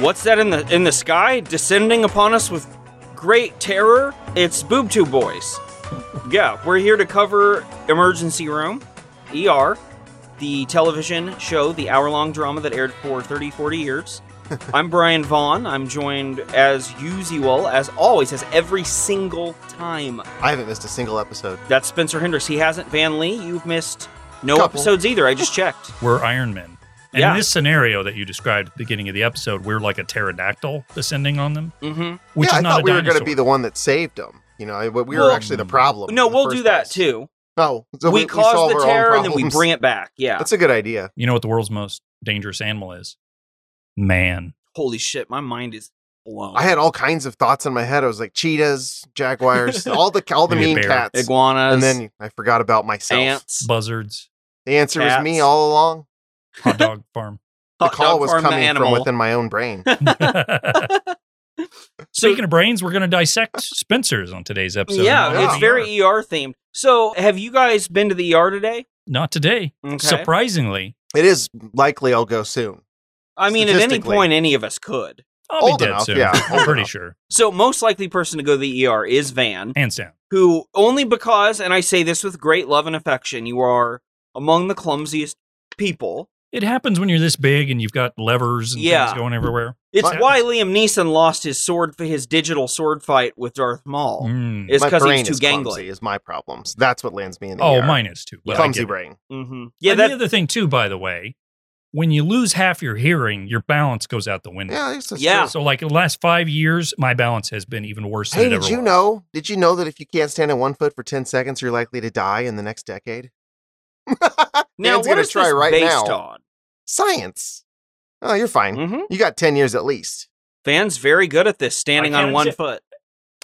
what's that in the in the sky descending upon us with great terror? It's Boob Tube Boys. Yeah, we're here to cover Emergency Room, ER, the television show, the hour-long drama that aired for 30, 40 years. I'm Brian Vaughn. I'm joined as usual, as always, as every single time. I haven't missed a single episode. That's Spencer Hendricks. He hasn't. Van Lee, you've missed no Couple. episodes either. I just checked. We're Iron Men. And Yeah. in this scenario that you described at the beginning of the episode, we're like a pterodactyl descending on them, hmm which yeah, is I not thought a we were dinosaur. going to be the one that saved them. You know, I- we we were Well, actually the problem. No, in the we'll first do that place. too. Oh, so we, cause solve the our own terror and then we problems. bring it back. Yeah. That's a good idea. you know what the world's most dangerous animal is? Man. Holy shit, my mind is blown. I had all kinds of thoughts in my head. I was like cheetahs, jaguars, all the all the Maybe a mean bear. cats, iguanas and then I forgot about myself. ants. Buzzards. the answer was me cats. all along. Hot dog farm. The hot dog call was farm, the coming from animal. within my own brain. So- Speaking of brains, we're going to dissect Spencer's on today's episode. yeah, Oh, Not it's ER. very ER themed. So, have you guys been to the ER today? Not today. Okay. Surprisingly. it is likely I'll go soon. I mean, at any Statistically. point, any of us could. I'll Old be dead enough, soon. yeah, I'm old pretty enough. sure. So, most likely person to go to the ER is Van, Hands down. who only because, and I say this with great love and affection, you are among the clumsiest people. It happens when you're this big and you've got levers and Yeah. things going everywhere. It's My- why Liam Neeson lost his sword for his digital sword fight with Darth Oh, Maul. Mm. It's my because brain he's too is clumsy gangly. is my problems. That's what lands me in the Oh, ER. mine is too. but I clumsy get it. brain. hmm Yeah, and that the other thing too, by the way, when you lose half your hearing, your balance goes out the window. Yeah, it's just Mm. Yeah. true. So like the last five years, my balance has been even worse Hey, than it did ever you was. know? Did you know that if you can't stand on one foot for ten seconds, you're likely to die in the next decade? now Dan's what gonna is try this right based now. on? Science. Oh, you're fine. Mm-hmm. You got ten years at least. Van's very good at this, standing I on can't one say- foot.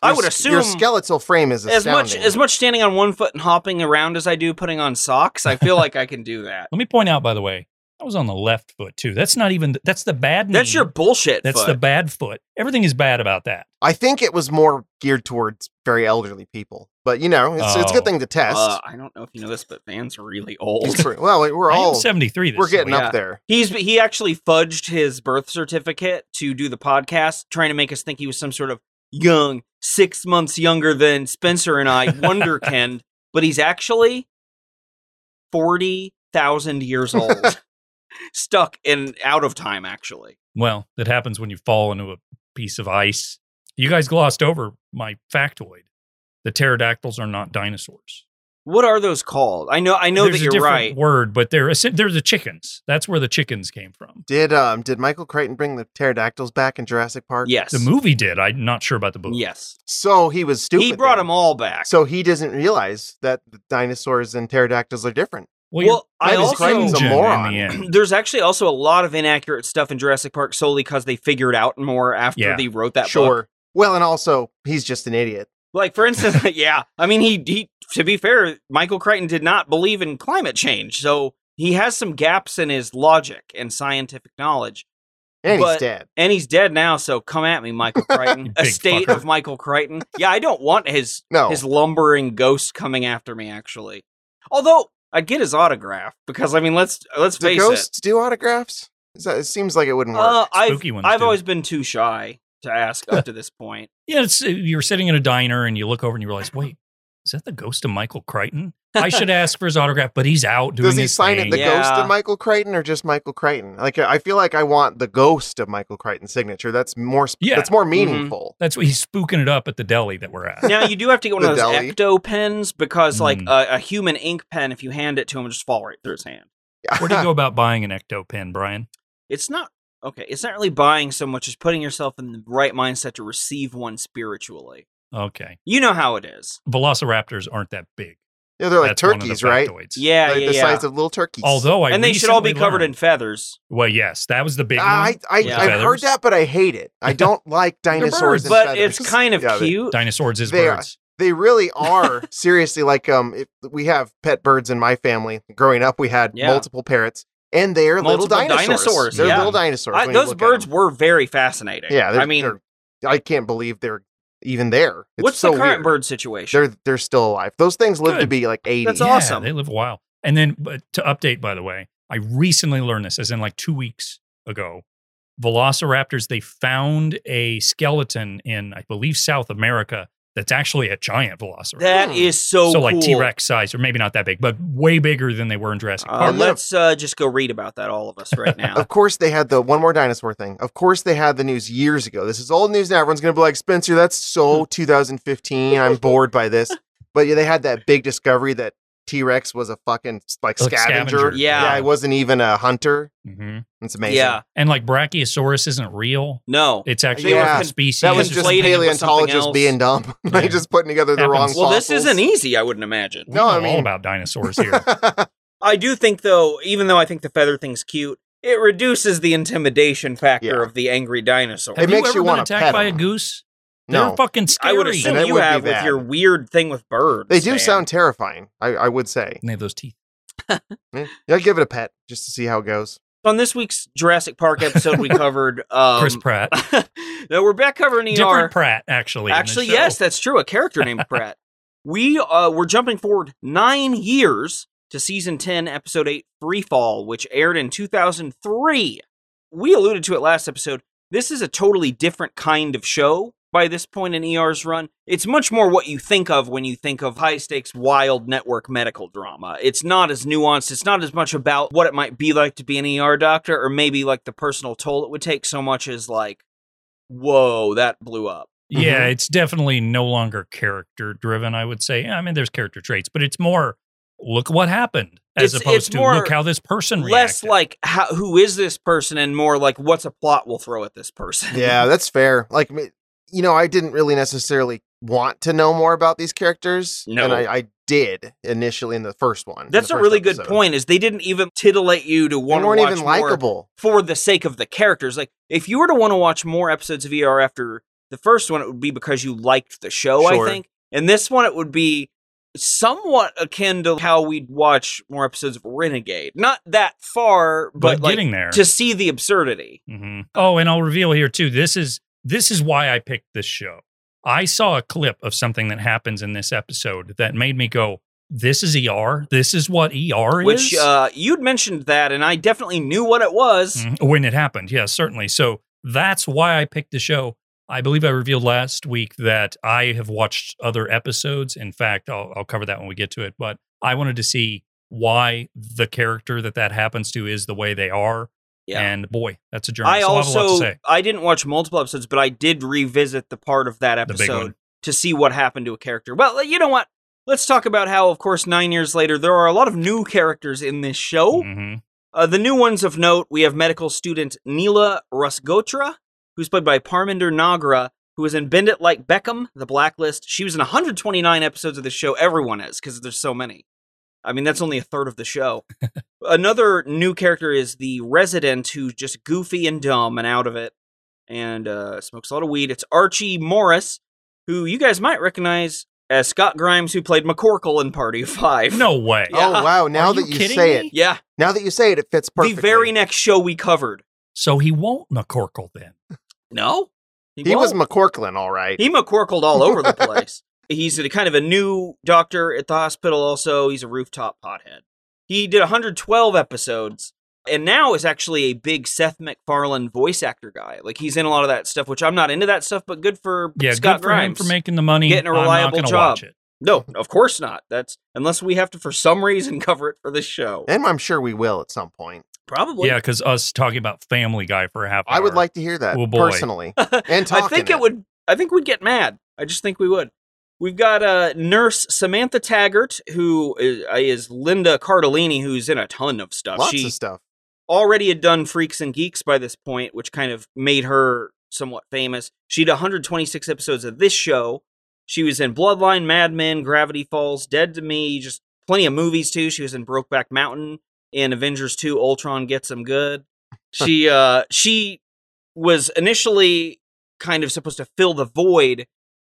I Your would s- your assume skeletal frame is as much astounding. as much standing on one foot and hopping around as I do putting on socks. I feel like I can do that. Let me point out, by the way, I was on the left foot too. That's not even that's the bad knee. Hmm. That's your bullshit. that's foot. the bad foot. Everything is bad about that. I think it was more geared towards very elderly people, but you know, it's, it's a good Oh. thing to test. Uh, I don't know if you know this, but Van's really It's old. true. well, we're I am all seventy three. we're getting Yeah. up there. He's he actually fudged his birth certificate to do the podcast, trying to make us think he was some sort of young, six months younger than Spencer and I, Wonderkind. but he's actually forty thousand years old, stuck in out of time. Actually, Well, that happens when you fall into a piece of ice. You guys glossed over my factoid. The pterodactyls are not dinosaurs. what are those called? I know, I know There's that a you're different right. Word, but they're essen- they're the chickens. That's where the chickens came from. Did um did Michael Crichton bring the pterodactyls back in Jurassic Park? Yes, The movie did. I'm not sure about the book. Yes, So he was stupid. he brought then. them all back. So he doesn't realize that the dinosaurs and pterodactyls are different. Well, you're Well, I right, it's also- Crichton's Crichton's a in moron. the end. There's actually also a lot of inaccurate stuff in Jurassic Park solely because they figured out more after Yeah. they wrote that book. sure. Well, and also he's just an idiot. Like for instance, yeah, I mean he he to be fair, Michael Crichton did not believe in climate change, so he has some gaps in his logic and scientific knowledge. And But- he's dead. And he's dead now, so come at me, Michael Crichton. You a big state fucker. of Michael Crichton. Yeah, I don't want his No. his lumbering ghost coming after me actually. Although I get his autograph because I mean let's let's Do face ghosts do autographs? Is that, it seems like it it. wouldn't work. Uh, I've Spooky ones. I've do. always been too shy to ask up to this point. Yeah, it's you're sitting in a diner and you look over and you realize, wait, is that the ghost of Michael Crichton? I should ask for his autograph, but he's out doing Does he his sign thing. it the ghost Yeah. of Michael Crichton or just Michael Crichton? Like I feel like I want the ghost of Michael Crichton's signature. That's more sp- Yeah. that's more Mm-hmm. meaningful. That's what he's spooking it up at the deli that we're at. now you do have to get one The of those deli. ecto pens because like Mm. a, a human ink pen if you hand it to him it'll just fall right through his hand Where do you go about buying an ecto pen, Brian? it's not okay it's not really buying so much as putting yourself in the right mindset to receive one spiritually Okay, you know how it is Velociraptors aren't that big. yeah, they're like That's one of the turkeys, right? factoids. yeah Like yeah, the yeah. size of little turkeys. Although I and they should all be recently covered in learned- feathers Well, yes, that was the big Ah, I, one. I, Yeah. I've heard Feathers. that, but I hate it. I don't like dinosaurs. birds. and but feathers. it's kind of Yeah, they- cute Dinosaurs is They are- birds. they really are seriously like um if we have pet birds in my family growing up we had Yeah. multiple parrots and they're Multiple little dinosaurs, dinosaurs, they're yeah. little dinosaurs I- when you those look at birds them. were very fascinating yeah they're- i mean they're- i can't believe they're even there It's what's so the current weird. bird situation they're they're still alive those things live to Good. be like 80 That's Yeah, awesome. They live a while. And then, but to update, by the way, I recently learned this, as in like two weeks ago, velociraptors, they found a skeleton in, I believe, South America that's actually a giant velociraptor. That Hmm. is so so, like cool. T Rex size, or maybe not that big, but way bigger than they were in Jurassic Uh, Park. Or let's uh, just go read about that, all of us, right now. Of course, they had the one more dinosaur thing. Of course, they had the news years ago. This is old news now. Everyone's going to be like, Spencer, that's Hmm. so 2015. I'm bored by this. But yeah, they had that big discovery that T Rex was a fucking like Like scavenger. scavenger. Yeah. yeah, it wasn't even a hunter. hmm It's amazing. yeah. And like Brachiosaurus isn't real; No. it's actually Yeah. a different species. That was He's just conflating it with something paleontologists else. being dumb. like Yeah. just putting together the wrong Happens. Well, this fossils. isn't e-, easy, I wouldn't imagine. We No, know I mean- all about dinosaurs here. I do think, though, even though I think the feather thing's cute, it reduces the intimidation factor Yeah. of the angry dinosaur. It Have makes you ever you been wanna attacked pet by a 'em. goose? no. They're fucking I scary. would And it assume you would be have with bad. your weird thing with birds. They do Dan. sound terrifying, I, I would say. And they have those teeth. Yeah, yeah, give it a pet just to see how it goes. On this week's Jurassic Park episode, we covered. Um, Chris Pratt, no, we're back covering ER. different Pratt actually. in this Actually, show. yes, that's true. A character named Pratt. We uh, we're jumping forward nine years to season ten, episode eight, Free Fall, which aired in two thousand three. We alluded to it last episode. This is a totally different kind of show by this point in ER's run. It's much more what you think of when you think of high stakes, wild network medical drama. It's not as nuanced. It's not as much about what it might be like to be an ER doctor, or maybe like the personal toll it would take, so much as like, whoa, that blew up. Yeah, Mm-hmm. it's definitely no longer character driven, I would say. Yeah, I mean, there's character traits, but it's more look what happened as It's- opposed it's to more- look how this person less reacted. like how, who is this person and more like what's a plot we'll throw at this person yeah, that's fair. Like, me- you know, I didn't really necessarily want to know more about these characters. No. and I, I did initially in the first one. in that's the a first really good episode. point is they didn't even titillate you to They want to weren't watch even more likable. for the sake of the characters like if you were to want to watch more episodes of er after the first one it would be because you liked the show Sure. i think and this one it would be somewhat akin to how we'd watch more episodes of renegade not that far but, but, like getting there. to see the absurdity Mhm. Oh, and I'll reveal here too. This is this is why I picked this show. I saw a clip of something that happens in this episode that made me go, "This is ER. This is what ER which is." uh, you'd mentioned that and i definitely knew what it was Mhm. when it happened. Yeah, certainly. So that's why I picked the show. I believe I revealed last week that I have watched other episodes. In fact, I'll, I'll cover that when we get to it. But I wanted to see why the character that that happens to is the way they are. Yeah. And boy, that's a journey. I so I have a lot to also say. I didn't watch multiple episodes, but I did revisit the part of that The big episode one. to see what happened to a character. Well, you know what? Let's talk about how, of course, nine years later, there are a lot of new characters in this show. Mhm. Uh, the new ones of note, we have medical student Neela Rusgotra, who's played by Parminder Nagra, who was in Bend It Like Beckham, The Blacklist. She was in 129 episodes of the show. Everyone is, because there's so many. I mean, that's only a third of the show. Another new character is the resident who's just goofy and dumb and out of it and uh, smokes a lot of weed. It's Archie Morris, who you guys might recognize as Scott Grimes, who played McCorkle in Party of Five. No way. Yeah. Oh wow! Now Are that you you kidding say me? it, Yeah, now that you say it, it fits perfectly. the very next show we covered. So he won't McCorkle then. No, he was won't. McCorklin, all right. He McCorkled all over the place. He's a kind of a new doctor at the hospital, also. He's a rooftop pothead. He did 112 episodes and now is actually a big Seth MacFarlane voice actor guy. Like, he's in a lot of that stuff, which I'm not into that stuff, but good for Yeah, Scott good for Grimes. him for making the money. Getting a reliable I'm not gonna job. Watch it. no, of course not. That's unless we have to, for some reason, cover it for this show. and I'm sure we will at some point. Probably. Yeah, because us talking about Family Guy for a half hour. I would like to hear that Oh, boy. personally. And talk I think in it would. I think we'd get mad. I just think we would. We've got uh, nurse Samantha Taggart, who is, uh, is Linda Cardellini, who's in a ton of stuff. lots she of stuff. already had done Freaks and Geeks by this point, which kind of made her somewhat famous. She did 126 episodes of this show. She was in Bloodline, Mad Men, Gravity Falls, Dead to Me, just plenty of movies too. She was in Brokeback Mountain, in Avengers 2, Ultron gets them good. She uh she was initially kind of supposed to fill the void.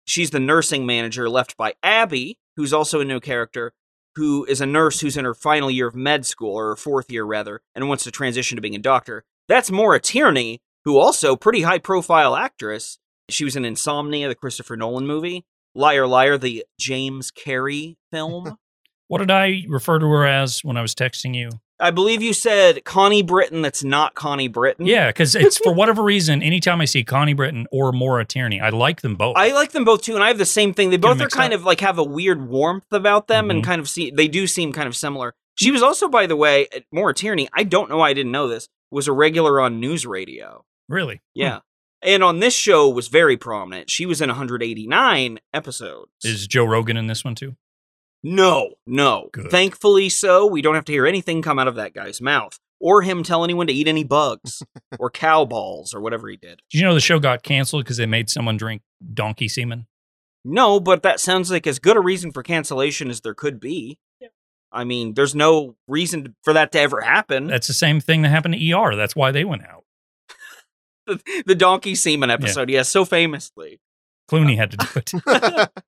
She's the nursing manager left by Abby, who's also a new character who is a nurse who's in her final year of med school, or her fourth year rather, and wants to transition to being a doctor. That's Maura Tierney, who also pretty high profile actress. She was in Insomnia, the Christopher Nolan movie, Liar Liar, the James Carey film. What did I refer to her as when I was texting you? I believe you said Connie Britton that's not Connie Britton. Yeah, because it's for whatever reason, anytime I see Connie Britton or Maura Tierney, I like them both. I like them both too, and I have the same thing. They both are mixed kind up. of like have a weird warmth about them and Mhm. kind of see they do seem kind of similar. She was also, by the way, Maura Tierney, I don't know why I didn't know this, was a regular on news radio. really. Yeah. And on this show was very prominent. She was in 189 episodes. Hmm. Is Joe Rogan in this one too? No, no. Good. Thankfully, so we don't have to hear anything come out of that guy's mouth or him tell anyone to eat any bugs or cow balls or whatever he did. Did you know the show got canceled because they made someone drink donkey semen? No, but that sounds like as good a reason for cancellation as there could be. I mean, there's no reason for that to ever happen. That's the same thing that happened to ER. That's why they went out. the, the donkey semen episode, yes, so famously. Clooney had to do it.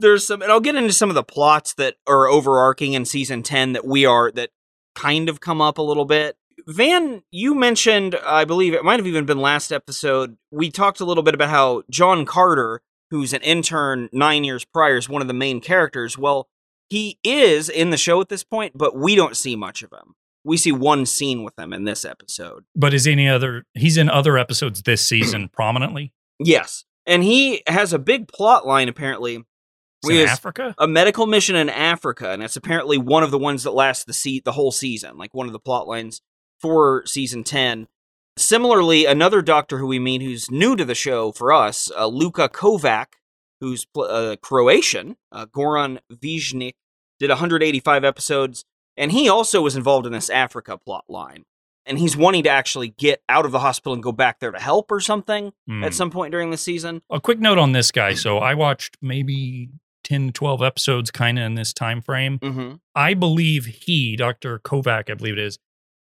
There's some, and I'll get into some of the plots that are overarching in season 10 that we are, that kind of come up a little bit. Van, you mentioned, I believe it might have even been last episode, we talked a little bit about how John Carter, who's an intern nine years prior, is one of the main characters. Well, he is in the show at this point, but we don't see much of him. We see one scene with him in this episode. But is any other? He's in other episodes this season prominently. Yes. And he has a big plot line, apparently. He's in Yes. Africa. a medical mission in Africa, and it's apparently one of the ones that lasts the se- the whole season, like one of the plot lines for season ten. Similarly, another doctor who we meet who's new to the show for us, uh, Luka Kovac, who's pl- uh, Croatian, uh, Goran Viznik, did 185 episodes, and he also was involved in this Africa plot line. And he's wanting to actually get out of the hospital and go back there to help or something Hmm. at some point during the season. a quick note on this guy. So I watched maybe 10 to 12 episodes kind of in this time frame. Mm-hmm. I believe he, Dr. Kovac, I believe it is,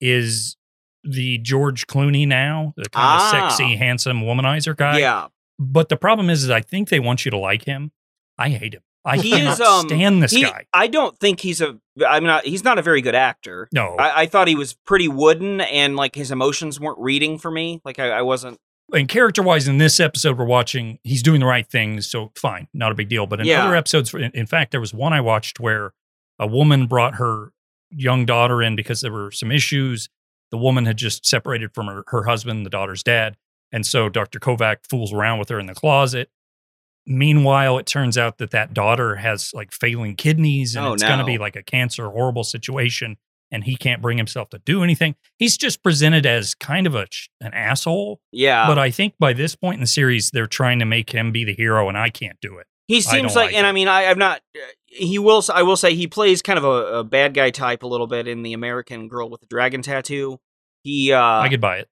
is the George Clooney now, the kind Ah. of sexy, handsome womanizer guy. yeah, But the problem is, is I think they want you to like him. I hate him. I He cannot is, um, stand this He- guy. I don't think he's a. I'm not. He's not a very good actor. No. I, I thought he was pretty wooden, and like his emotions weren't reading for me. Like I, I wasn't. and character wise, in this episode we're watching, he's doing the right things, so fine, not a big deal. But in Yeah. other episodes, in, in fact, there was one I watched where a woman brought her young daughter in because there were some issues. The woman had just separated from her, her husband, the daughter's dad. And so Dr. Kovac fools around with her in the closet. Meanwhile, it turns out that that daughter has like failing kidneys and Oh, it's going no. to be like a cancer, horrible situation. And he can't bring himself to do anything. He's just presented as kind of a, ch- an asshole Yeah, but I think by this point in the series, they're trying to make him be the hero, and I can't do it. he I don't seems like, like and him. I mean, I, I'm not. He will. s- I will say he plays kind of a, a bad guy type a little bit in the American Girl with the Dragon Tattoo. He, uh, I I, could buy it.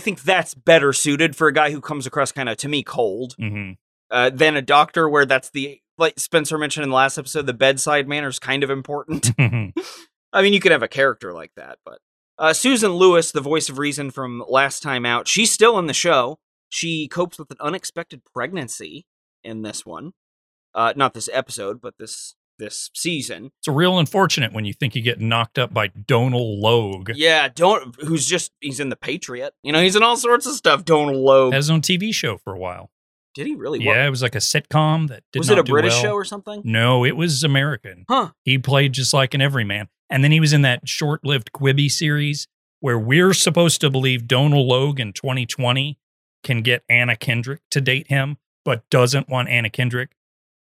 think that's better suited for a guy who comes across kind of to me cold hmm uh, than a doctor, where that's the like Spencer mentioned in the last episode. The bedside manner is kind of important. Mm-hmm. I mean, you could have a character like that, but uh, Susan Lewis, the voice of reason from last time out, she's still in the show. She copes with an unexpected pregnancy in this one, uh, not this episode, but this this season. it's a real unfortunate when you think you get knocked up by Donal Logue. Yeah, don't who's just he's in the Patriot. You know, he's in all sorts of stuff. Donald Logue. Had his own TV show for a while. Did he really? What- Yeah, it was like a sitcom that did was not it a do British well. show or something? No, it was American. Huh. He played just like an everyman, and then he was in that short-lived Quibi series where we're supposed to believe Donal Logue in 2020 can get Anna Kendrick to date him, but doesn't want Anna Kendrick,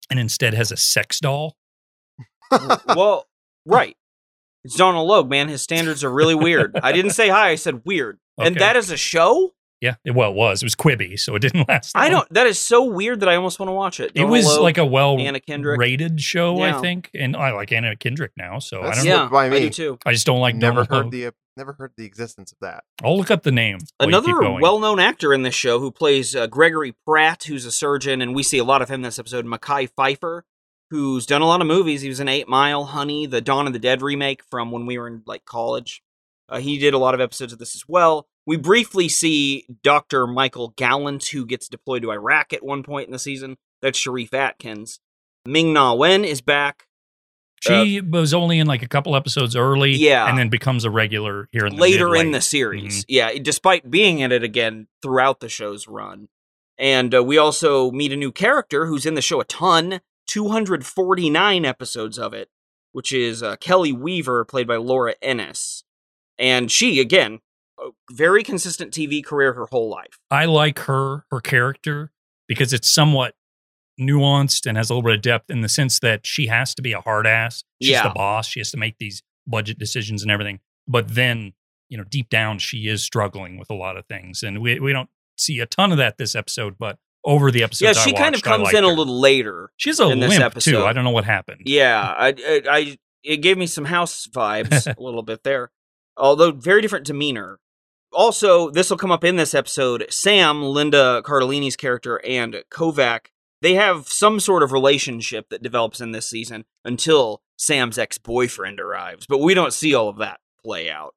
and instead has a sex doll. well, right. It's Donald Logue, man. His standards are really weird. I didn't say hi. I said weird. And Okay. that is a show. Yeah, it, well, it was. It was Quibi, so it didn't last. that I long. don't. That is so weird that I almost want to watch it. It was like a Anna Kendrick. well-rated show, Yeah. I think, and I like Anna Kendrick now, so I That's- don't. yeah, know. know why I do me. too. I just don't like never Donald. heard Logue. the uh, never heard the existence of that. I'll look up the name. while you keep Another going. well-known actor in this show who plays uh, Gregory Pratt, who's a surgeon, and we see a lot of him this episode. Mackay Pfeiffer, who's done a lot of movies. He was in Eight Mile, Honey, the Dawn of the Dead remake from when we were in like college. Uh, he did a lot of episodes of this as well. We briefly see Doctor Michael Gallant, who gets deployed to Iraq at one point in the season. That's Sharif Atkins. Ming Na Wen is back. she was only in like a couple episodes early, uh, Yeah. and then becomes a regular here in the later mid-late. in the series. Yeah, despite being in it again throughout the show's run. And uh, we also meet a new character who's in the show a ton, 249 episodes of it, which is uh, Kelly Weaver, played by Laura Ennis. And she, again, a very consistent TV career her whole life. I like her her character because it's somewhat nuanced and has a little bit of depth in the sense that she has to be a hard ass. She's Yeah. the boss. She has to make these budget decisions and everything. But then, you know, deep down, she is struggling with a lot of things, and we we don't see a ton of that this episode. But over the episode, yeah, she kind of comes in a little. little later. She's a in this limp too. episode. I don't know what happened. Yeah, I, I, I it gave me some house vibes a little bit there, although very different demeanor. Also, this will come up in this episode. Sam, Linda Cardellini's character, and Kovac, they have some sort of relationship that develops in this season until Sam's ex boyfriend arrives, but we don't see all of that play out.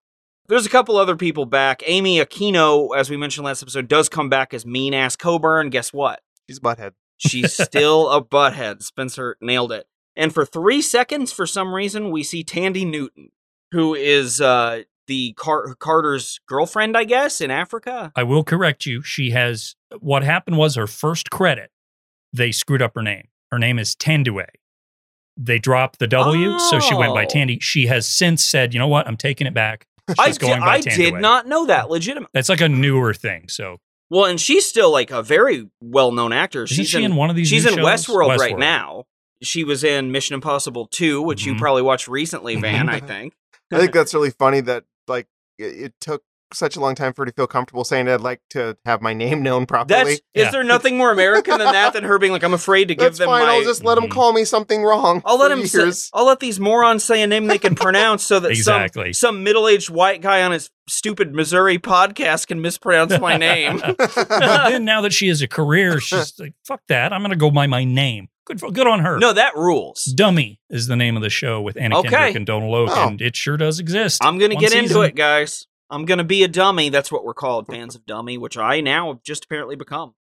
There's a couple other people back. Amy Aquino, as we mentioned last episode, does come back as mean ass Coburn. Guess what? She's a butthead. She's still a butthead. Spencer nailed it. And for three seconds, for some reason, we see Tandy Newton, who is uh, the Car- Carter's girlfriend, I guess, in Africa. I will correct you. She has what happened was her first credit. They screwed up her name. Her name is Tandue. They dropped the W, so she went by Oh. Tandy. She has since said, "You know what? I'm taking it back." She's I, going di- by I did Tandue. not know that. Legitimate. That's like a newer thing. So Well, and she's still like a very well-known actor. isn't she's she in, one of these? she's new in shows? Westworld, right Westworld. now. She was in Mission Impossible 2, which you Mhm. probably watched recently, Van. Mm-hmm. I think. I think that's really funny that like it, it took such a long time for her to feel comfortable saying I'd like to have my name known properly. That's is Yeah. there nothing more American than that? Than her being like, I'm afraid to give That's them fine. my mm-hmm. I'll just let them Mhm. call me something wrong. I'll let for him. years. Say, I'll let these morons say a name they can pronounce, so that Exactly. some some middle aged white guy on his stupid Missouri podcast can mispronounce my name. But then now that she has a career, she's like, "Fuck that! I'm going to go by my name." Good, for, good on her. no, that rules. Dummy is the name of the show with Anna Okay. Kendrick and Donald Logue, Oh. and it sure does exist. I'm gonna One get into season. it, guys. I'm gonna be a dummy. That's what we're called, fans of dummy, which I now have just apparently become.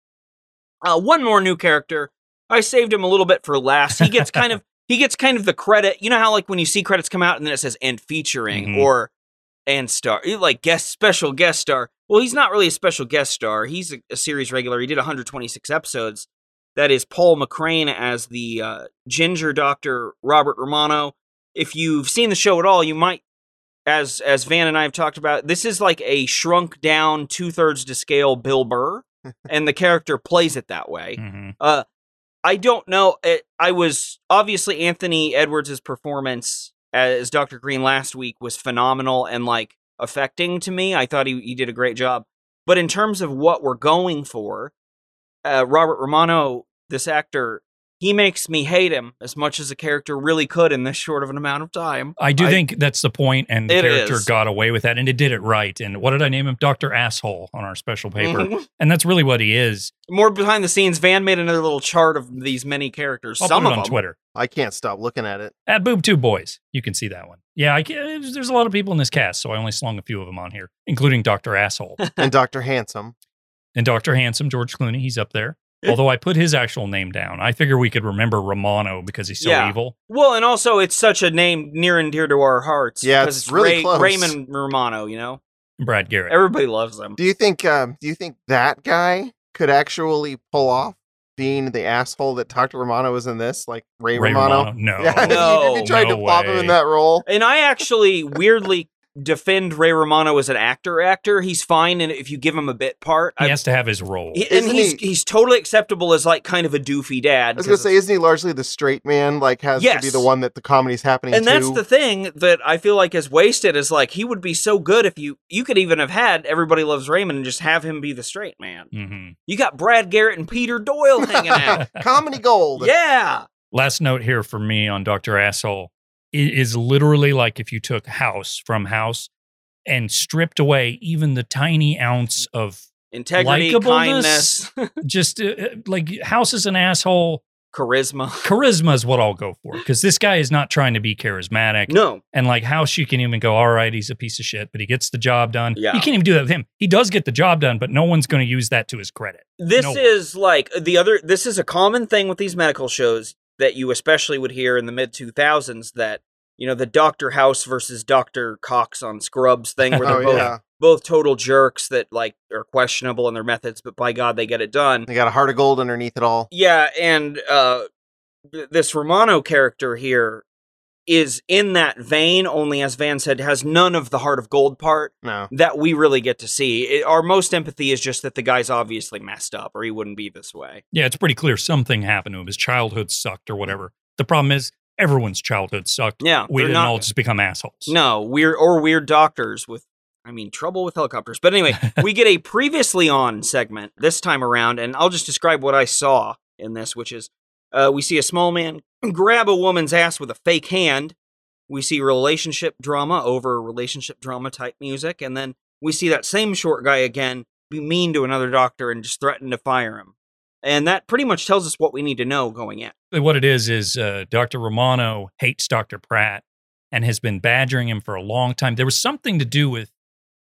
Uh, one more new character. I saved him a little bit for last. He gets kind of he gets kind of the credit. You know how like when you see credits come out and then it says and featuring Mhm. or and star like guest special guest star. Well, he's not really a special guest star. He's a, a series regular. He did 126 episodes. That is Paul McCrane as the uh, ginger doctor Robert Romano. If you've seen the show at all, you might, as as Van and I have talked about, this is like a shrunk down two thirds to scale Bill Burr, and the character plays it that way. Mhm. Uh, I don't know. It, I was obviously Anthony Edwards' performance as Dr. Green last week was phenomenal and like affecting to me. I thought he, he did a great job. But in terms of what we're going for, uh, Robert Romano, this actor, he makes me hate him as much as a character really could in this short of an amount of time. I do I- think that's the point, and the It character is. got away with that, and it did it right. And what did I name him? Doctor Asshole on our special Mm-hmm. paper, and that's really what he is. More behind the scenes, Van made another little chart of these many characters. I'll Some put it of on them. Twitter I can't stop looking at it. at Boob Two Boys. You can see that one. Yeah, I can, there's a lot of people in this cast, so I only slung a few of them on here, including Doctor Asshole And Doctor Handsome. and Doctor Handsome, George Clooney. He's up there. Although I put his actual name down, I figure we could remember Romano because he's so Yeah. evil. Well, and also it's such a name near and dear to our hearts. Yeah, 'cause it's really close. Raymond Romano, you know, Brad Garrett. everybody loves him. Do you think? Um, do you think that guy could actually pull off being the asshole that Doctor Romano was in this? Like Ray, Romano? No. Yeah, No. if you tried No to plop him way. in that role. And I actually weirdly defend Ray Romano as an actor. Actor, he's fine, and if you give him a bit part, He I- has to have his role. he- and Isn't he's he- he's totally acceptable as like kind of a doofy dad. I was gonna 'cause say, isn't he largely the straight man? Like, has to be Yes. the one that the comedy's happening and to. that's the thing that I feel like is wasted is like he would be so good if you you could even have had everybody loves Raymond and just have him be the straight man. hmm You got Brad Garrett and Peter Doyle hanging out. comedy gold. yeah. last note here for me on Dr. Asshole it is literally like if you took house from house and stripped away even the tiny ounce of integrity, kindness, Likeableness? just uh, uh, like house is an asshole. charisma. Charisma is what I'll go for because this guy is not trying to be charismatic. No, And like house, you can even go, all right, he's a piece of shit, but he gets the job done. Yeah. You can't even do that with him. He does get the job done, but no one's going to use that to his credit. this No. is like the other. This is a common thing with these medical shows that you especially would hear in the mid two thousands. That you know the Doctor House versus Doctor Cox on Scrubs thing, where they're Oh both yeah, both total jerks that like are questionable in their methods, but by God, they get it done. they got a heart of gold underneath it all. Yeah, and uh, th- this Romano character here, is in that vein, only as Van said, has none of the heart of gold part No. that we really get to see. It, our most empathy is just that the guy's obviously messed up or he wouldn't be this way. Yeah, it's pretty clear something happened to him. His childhood sucked or whatever. The problem is everyone's childhood sucked. Yeah. Uh, We they're didn't not- all just become assholes. No, weird or weird doctors with I mean trouble with helicopters. But anyway, we get a previously on segment this time around, and I'll just describe what I saw in this, which is uh, we see a small man grab a woman's ass with a fake hand. We see relationship drama over relationship drama type music, and then we see that same short guy again be mean to another doctor and just threaten to fire him. And that pretty much tells us what we need to know going in. What it is is uh, Dr. Romano hates Dr. Pratt and has been badgering him for a long time. There was something to do with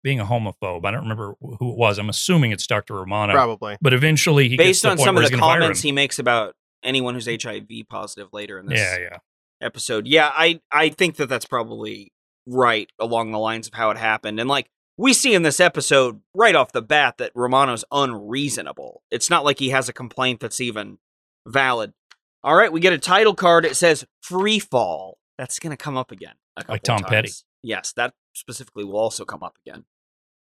being a homophobe. I don't remember who it was. I'm assuming it's Dr. Romano. Probably. But eventually he gets Based to on the point some where of the he's gonna fire comments him. he makes about anyone who's HIV positive later in this Yeah, yeah. episode. Yeah, I I think that that's probably right along the lines of how it happened. And like we see in this episode right off the bat that Romano's unreasonable. It's not like he has a complaint that's even valid. All right, we get a title card. It says "Free Fall." That's gonna come up again. a couple Tom times. Petty. Yes, that specifically will also come up again.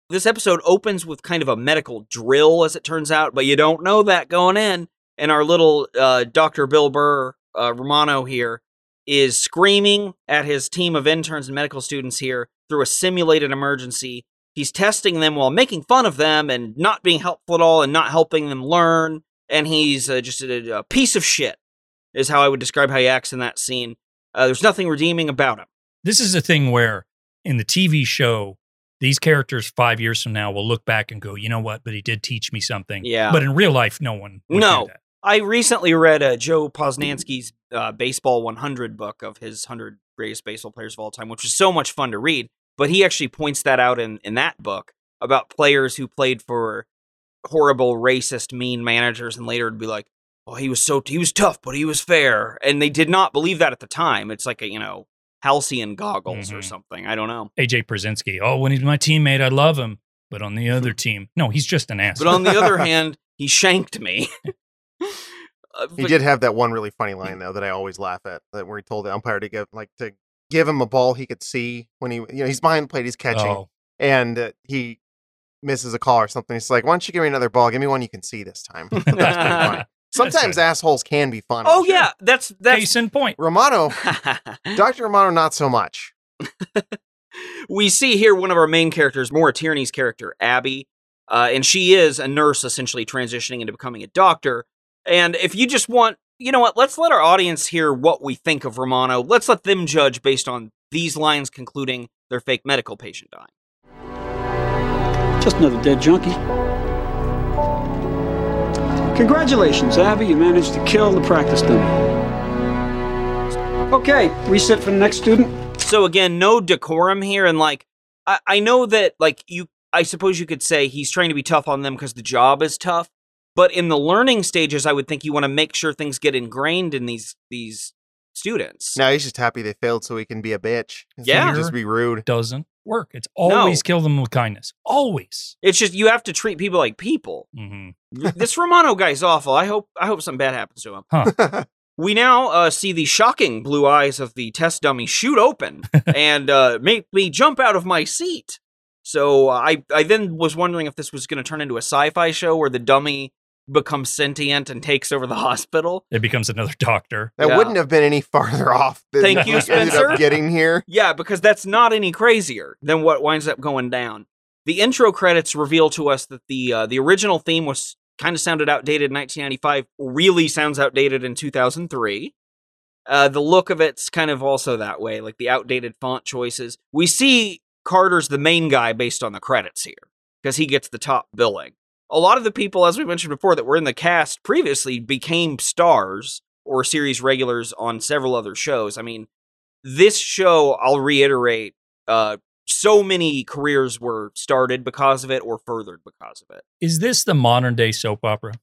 This episode opens with kind of a medical drill, as it turns out, but you don't know that going in. And our little uh, Dr. Bill Burr, uh, Romano here, is screaming at his team of interns and medical students here through a simulated emergency. He's testing them while making fun of them and not being helpful at all and not helping them learn. And he's uh, just a, a piece of shit, is how I would describe how he acts in that scene. Uh, there's nothing redeeming about him. This is a thing where in the TV show, these characters five years from now will look back and go, you know what? But he did teach me something. Yeah. But in real life, no one would No. do that. I recently read uh, Joe Posnansky's uh, Baseball 100 book of his 100 greatest baseball players of all time, which was so much fun to read. But he actually points that out in, in that book about players who played for horrible, racist, mean managers, and later would be like, "Well, he was so he was tough, but he was fair," and they did not believe that at the time. It's like a you know halcyon goggles or Mm-hmm. Mhm. something. I don't know. AJ Brzezinski. Oh, when he's my teammate, I love him. But on the Hmm. other team, no, he's just an But asshole. on the other hand, he shanked me. Uh, He but- Mm. did have that one really funny line though that I always laugh at, that where he told the umpire to give like to give him a ball he could see when he you know he's behind the plate, he's catching, oh, and uh, he misses a call or something. He's like, "Why don't you give me another ball? Give me one you can see this time." That's pretty funny. Sometimes good. assholes can be funny. Oh yeah, that's that's. case in point. Romano, Doctor Romano, not so much. we see here one of our main characters, Maura Tierney's character, Abby, uh, and she is a nurse essentially transitioning into becoming a doctor. And if you just want, you know what, let's let our audience hear what we think of Romano. Let's let them judge based on these lines concluding their fake medical patient dying. Just another dead junkie. Congratulations, Abby. You managed to kill the practice dummy. Okay, reset for the next student. So again, no decorum here, and like I, I know that like you, I suppose you could say he's trying to be tough on them because the job is tough. But in the learning stages, I would think you want to make sure things get ingrained in these these students. Now he's just happy they failed so he can be a bitch. So he Yeah. can just be rude. Doesn't work. It's always kill them with kindness. Always. It's just you have to treat people like people. hmm this Romano guy's awful. I hope I hope something bad happens to him. We now uh, see the shocking blue eyes of the test dummy shoot open and uh, make me jump out of my seat. So uh, I, I then was wondering if this was going to turn into a sci-fi show where the dummy becomes sentient and takes over the hospital. It becomes another doctor. That Yeah. wouldn't have been any farther off than Thank you, we Ended Spencer. up getting here. Yeah, because that's not any crazier than what winds up going down. The intro credits reveal to us that the uh, the original theme was kind of sounded outdated in 1995. Really sounds outdated in 2003. Uh, the look of it's kind of also that way, like the outdated font choices. We see Carter's the main guy based on the credits here because he gets the top billing. A lot of the people, as we mentioned before, that were in the cast previously became stars or series regulars on several other shows. I mean, this show, I'll reiterate, uh, so many careers were started because of it or furthered because of it. Is this the modern day soap opera?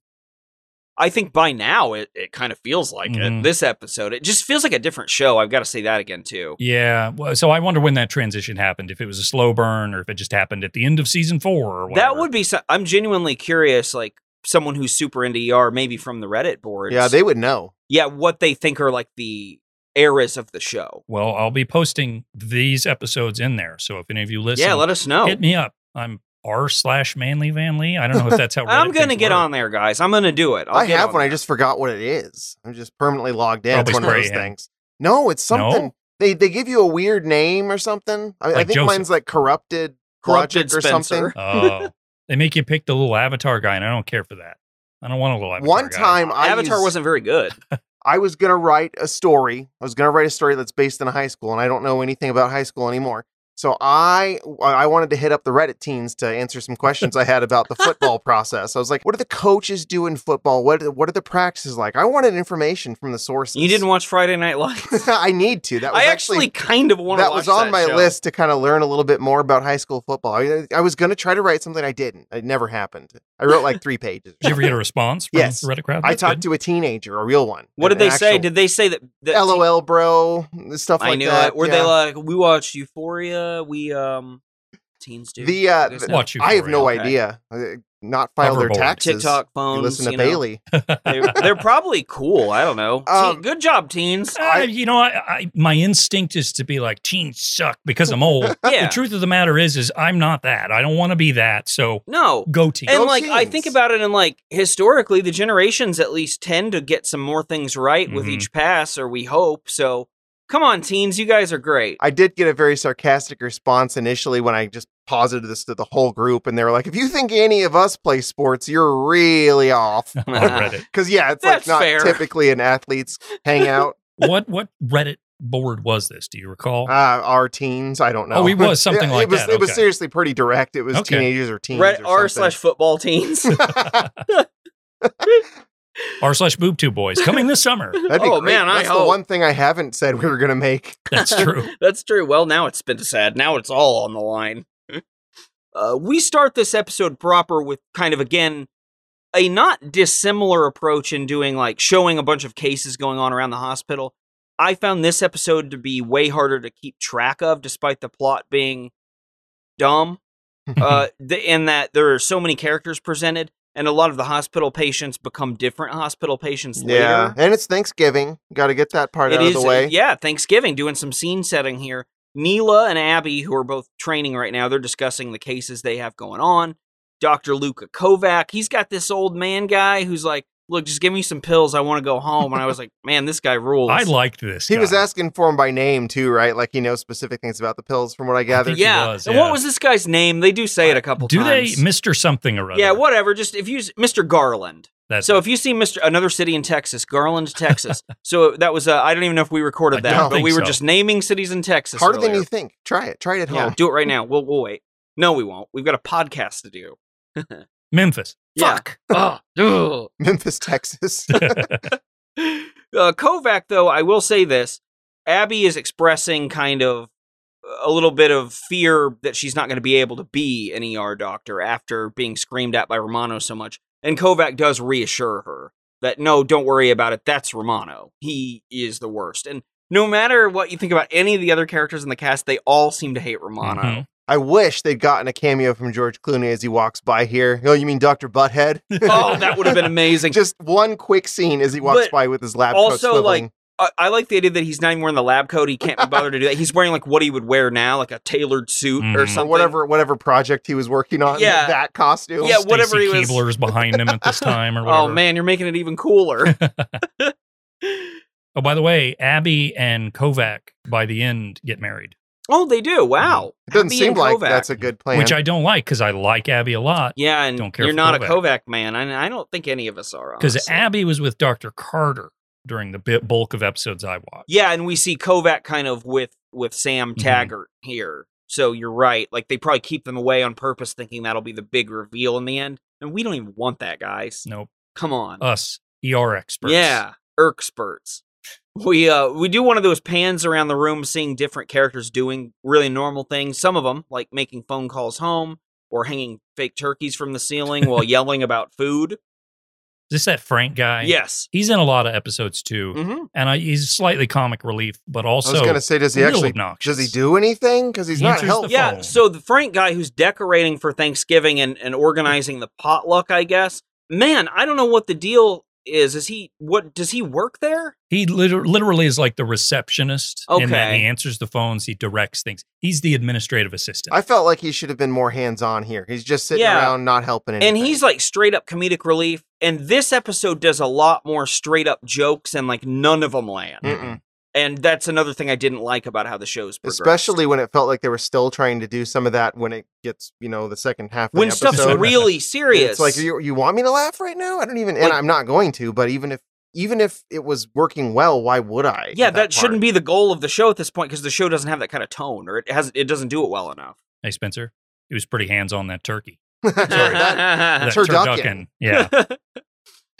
I think by now it, it kind of feels like it. Mhm. This episode, it just feels like a different show. I've got to say that again, too. Yeah. Well, so I wonder when that transition happened. If it was a slow burn or if it just happened at the end of season four or whatever. That would be, so- I'm genuinely curious, like someone E who's super into ER, maybe from the Reddit boards. Yeah, they would know. yeah, what they think are like the eras of the show. Well, I'll be posting these episodes in there. So if any of you listen, Yeah, let us know. hit me up. I'm r slash Manly Van Lee. I don't know if that's how I'm Reddit gonna things get work. on there, guys. I'm gonna do it. I'll I get have on one. I there. just forgot what it is. I'm just permanently logged in. Probably it's one of Oh, spray those hand. things. No, it's No? something. They they give you a weird name or something. I, I Like think Joseph. mine's like corrupted, Corrupted Logic or something. Spencer. Oh, they make you pick the little avatar guy, and I don't care for that. I don't want a little avatar. One guy. time I Avatar used- wasn't very good. I was gonna write a story. I was gonna write a story that's based in high school, and I don't know anything about high school anymore. So I I wanted to hit up the Reddit teens to answer some questions I had about the football process. I was like, what do the coaches do in football? What what are the practices like? I wanted information from the sources. You didn't watch Friday Night Lights. I need to. That was I actually kind of want to. that was on my list to kind of learn a little bit more about high school football. I, I was going to try to write something I didn't. It never happened. I wrote like three pages. Did you ever get a response from Yes. the Reddit crowd? I That's talked good. to a teenager, a real one. What an did they say? actual Did they say that? that LOL, bro, stuff I like knew that. it. Were yeah. they like, we watched Euphoria? We um, teens do The, uh, I guess the- no. Watch you. I have for no real. Okay. idea. Uh, Not file their Hoverboard. taxes. TikTok You phones. listen to you know. Bailey. They're, they're probably cool. I don't know. Teen- Um, good job, teens. Uh, you know, I, I, my instinct is to be like teens suck because I'm old. Yeah. The truth of the matter is, is I'm not that. I don't want to be that. So No. go team. And Go like I think teens. about it, and like historically, the generations at least tend to get some more things right with Mhm. each pass, or we hope. So, come on, teens, you guys are great. I did get a very sarcastic response initially when I just posited this to the whole group, and they were like, "If you think any of us play sports, you're really off." on Reddit. Because yeah, it's That's like not fair. typically an athlete's hangout. What what Reddit board was this? Do you recall? uh, our teens, I don't know. Oh, it was something Yeah, like it was, that, It was okay. seriously pretty direct. It was Okay. teenagers or teens. Red or R slash something. football teens. R slash boob two boys coming this summer. That'd be Oh, great. man, I That's the hope. one thing I haven't said we were gonna make. That's true. That's true. Well, now it's been sad. Now it's all on the line. uh, we start this episode proper with kind of again a not dissimilar approach in doing like showing a bunch of cases going on around the hospital. I found this episode to be way harder to keep track of, despite the plot being dumb. uh, th- in that there are so many characters presented, and a lot of the hospital patients become different hospital patients later. yeah, and it's Thanksgiving. Got to get that part It out is, of the way. Yeah, Thanksgiving, doing some scene setting here. Neela and Abby, who are both training right now, they're discussing the cases they have going on. Dr. Luka Kovac, he's got this old man guy who's like, Look, just give me some pills. I want to go home. And I was like, Man, this guy rules. I liked this. He was guy. asking for him by name too, right? Like he knows specific things about the pills, from what I gathered. think he yeah. was, And yeah. what was this guy's name? They do say it a couple Do times. they Mister something or other? Yeah, whatever. Just if you, s- Mr. Garland. That's so if you see Mr. another city in Texas, Garland, Texas. so that was, uh, I don't even know if we recorded I that, don't but think we were so. just naming cities in Texas. Harder than earlier. you think. Try it. Try it at Yeah, home. do it right now. We'll, we'll wait. No, we won't. We've got a podcast to do. Memphis. Yeah. Fuck. Ugh. Ugh. Memphis, Texas. uh, Kovac, though, I will say this: Abby is expressing kind of a little bit of fear that she's not going to be able to be an ER doctor after being screamed at by Romano so much, and Kovac does reassure her that no, don't worry about it. That's Romano. He is the worst, and. No matter what you think about any of the other characters in the cast, they all seem to hate Romano. Mhm. I wish they'd gotten a cameo from George Clooney as he walks by here. Oh, you mean Dr. Butthead? Oh, that would have been amazing. just one quick scene as he walks But by with his lab coat also, swiveling. like- I, I like the idea that he's not even wearing the lab coat. He can't be bothered to do that. He's wearing like what he would wear now, like a tailored suit or Mhm. Mm-hmm. something. whatever whatever project he was working on. Yeah. that costume. Yeah, whatever Stacy he was- Keebler's behind him at this time or whatever. Oh man, you're making it even cooler. Oh, by the way, Abby and Kovac by the end get married, oh, they do. Mm-hmm. Wow. it doesn't Happy seem and like Kovac. that's a good plan. which I don't like because I like Abby a lot. yeah, and Don't care you're for not a Kovac. Kovac man. I, I don't think any of us are. Because honestly. Abby was with Dr. Carter during the bit bulk of episodes I watched. Yeah, and we see Kovac kind of with with Sam Mhm. Taggart here. So you're right. Like they probably keep them away on purpose, thinking that'll be the big reveal in the end. And we don't even want that, guys. Nope. Come on. Us, ER experts. Yeah, irk spurts. We uh we do one of those pans around the room, seeing different characters doing really normal things. Some of them, like making phone calls home or hanging fake turkeys from the ceiling while yelling about food. Is this that Frank guy? yes. He's in a lot of episodes too. hmm And I, he's slightly comic relief, but Mm. I also was gonna say, does he real actually obnoxious. does he do anything? Because he's He not answers the helpful. Yeah. phone. So the Frank guy who's decorating for Thanksgiving and, and organizing the potluck, I guess. Man, I don't know what the deal is? Is he what? Does he work there? He liter- literally is like the receptionist, and then Okay. he answers the phones, he directs things. He's the administrative assistant. I felt like he should have been more hands on here. He's just sitting Yeah. around not helping anything. And he's like straight up comedic relief. And this episode does a lot more straight up jokes, and like none of them land. Mm-mm. And that's another thing I didn't like about how the show's progressed. especially when it felt like they were still trying to do some of that when it gets you know the second half. Of when the stuff's episode. really serious. It's like you, you want me to laugh right now? I don't even, and Like- I'm not going to. But even if even if it was working well, why would I? yeah, that, shouldn't be the goal of the show at this point because the show doesn't have that kind of tone, or it has it doesn't do it well enough. hey, Spencer, he was pretty hands on that turkey. Sorry, that- That Turducken. Yeah. have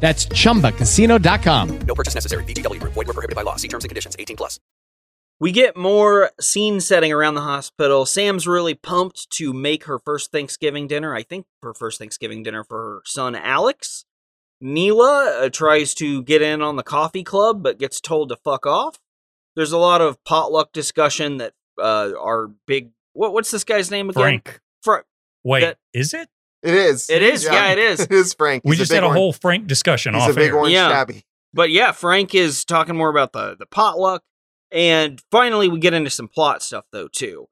That's chumbacasino.com. No purchase necessary. BGW. Void were prohibited by law. See terms and conditions. 18 plus. We get more scene setting around the hospital. Sam's really pumped to make her first Thanksgiving dinner. I think her first Thanksgiving dinner for her son Alex. Neela uh, tries to get in on the coffee club but gets told to fuck off. There's a lot of potluck discussion that uh, our big what what's this guy's name again? Frank. Fra- Wait, That- is it? It is. It is, yeah, it is. It is Frank. We He's just big had a one. whole Frank discussion He's off a big air. orange Yeah. shabby. But yeah, Frank is talking more about the the potluck, and finally we get into some plot stuff though too.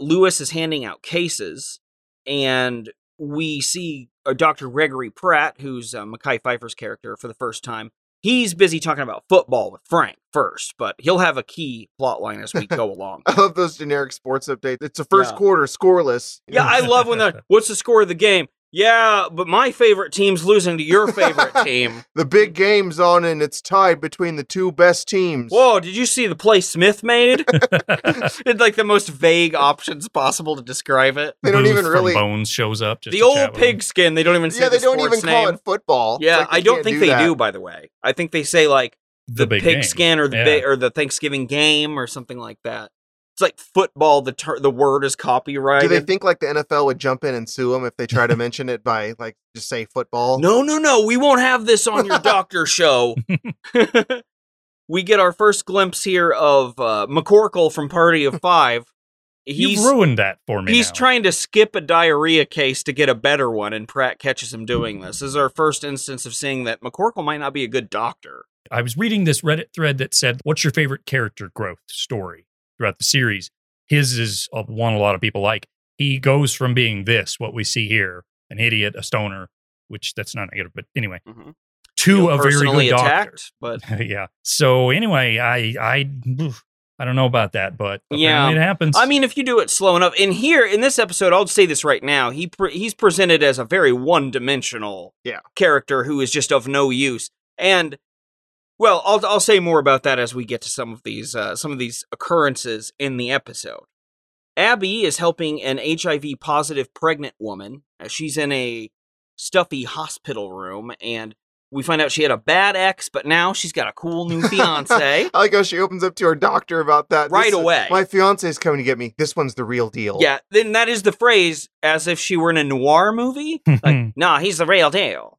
Lewis is handing out cases, and we see uh, Dr. Gregory Pratt, who's uh, Mackay Pfeiffer's character for the first time. He's busy talking about football with Frank first, but he'll have a key plot line as we go along. I love those generic sports updates. It's the first Yeah. quarter, scoreless. Yeah, I love when they're, what's the score of the game? Yeah, but my favorite team's losing to your favorite team. The big game's on, and it's tied between the two best teams. Whoa, did you see the play Smith made? it's like the most vague options possible to describe it. They don't Booth even from really. Bones shows up. Just the to chat old with him. pigskin, they don't even say Yeah, they the don't sport's even name. call it football. It's yeah, like I don't can't think do they that. do, by the way. I think they say like the, big game. pigskin or the Yeah. bi- or the Thanksgiving game or something like that. It's like football, the ter- the word is Do copyrighted. they think like the NFL would jump in and sue them if they try to mention it by like just say football? No, no, no. We won't have this on your doctor show. we get our first glimpse here of uh, McCorkle from Party of Five. You've ruined that for me. He's now. trying to skip a diarrhea case to get a better one, and Pratt catches him doing this. This is our first instance of seeing that McCorkle might not be a good doctor. I was reading this Reddit thread that said, "What's your favorite character growth story throughout the series?" His is uh, one a lot of people like. He goes from being this, what we see here, an idiot, a stoner, which that's not negative, but anyway, to a very personally good doctor. attacked, but yeah. So anyway, I I I don't know about that, but apparently Yeah. it happens. I mean, if you do it slow enough, in here in this episode, I'll say this right now. He pre- he's presented as a very one-dimensional Yeah. character who is just of no use. And well, I'll I'll say more about that as we get to some of these uh, some of these occurrences in the episode. Abby is helping an HIV positive pregnant woman. Uh, She's in a stuffy hospital room, and we find out she had a bad ex, but now she's got a cool new fiance. I like how she opens up to her doctor about that Right This- uh, away. My fiance is coming to get me. This one's the real deal. Yeah, then that is the phrase as if she were in a noir movie. Mm-hmm. Like, nah, he's the real deal.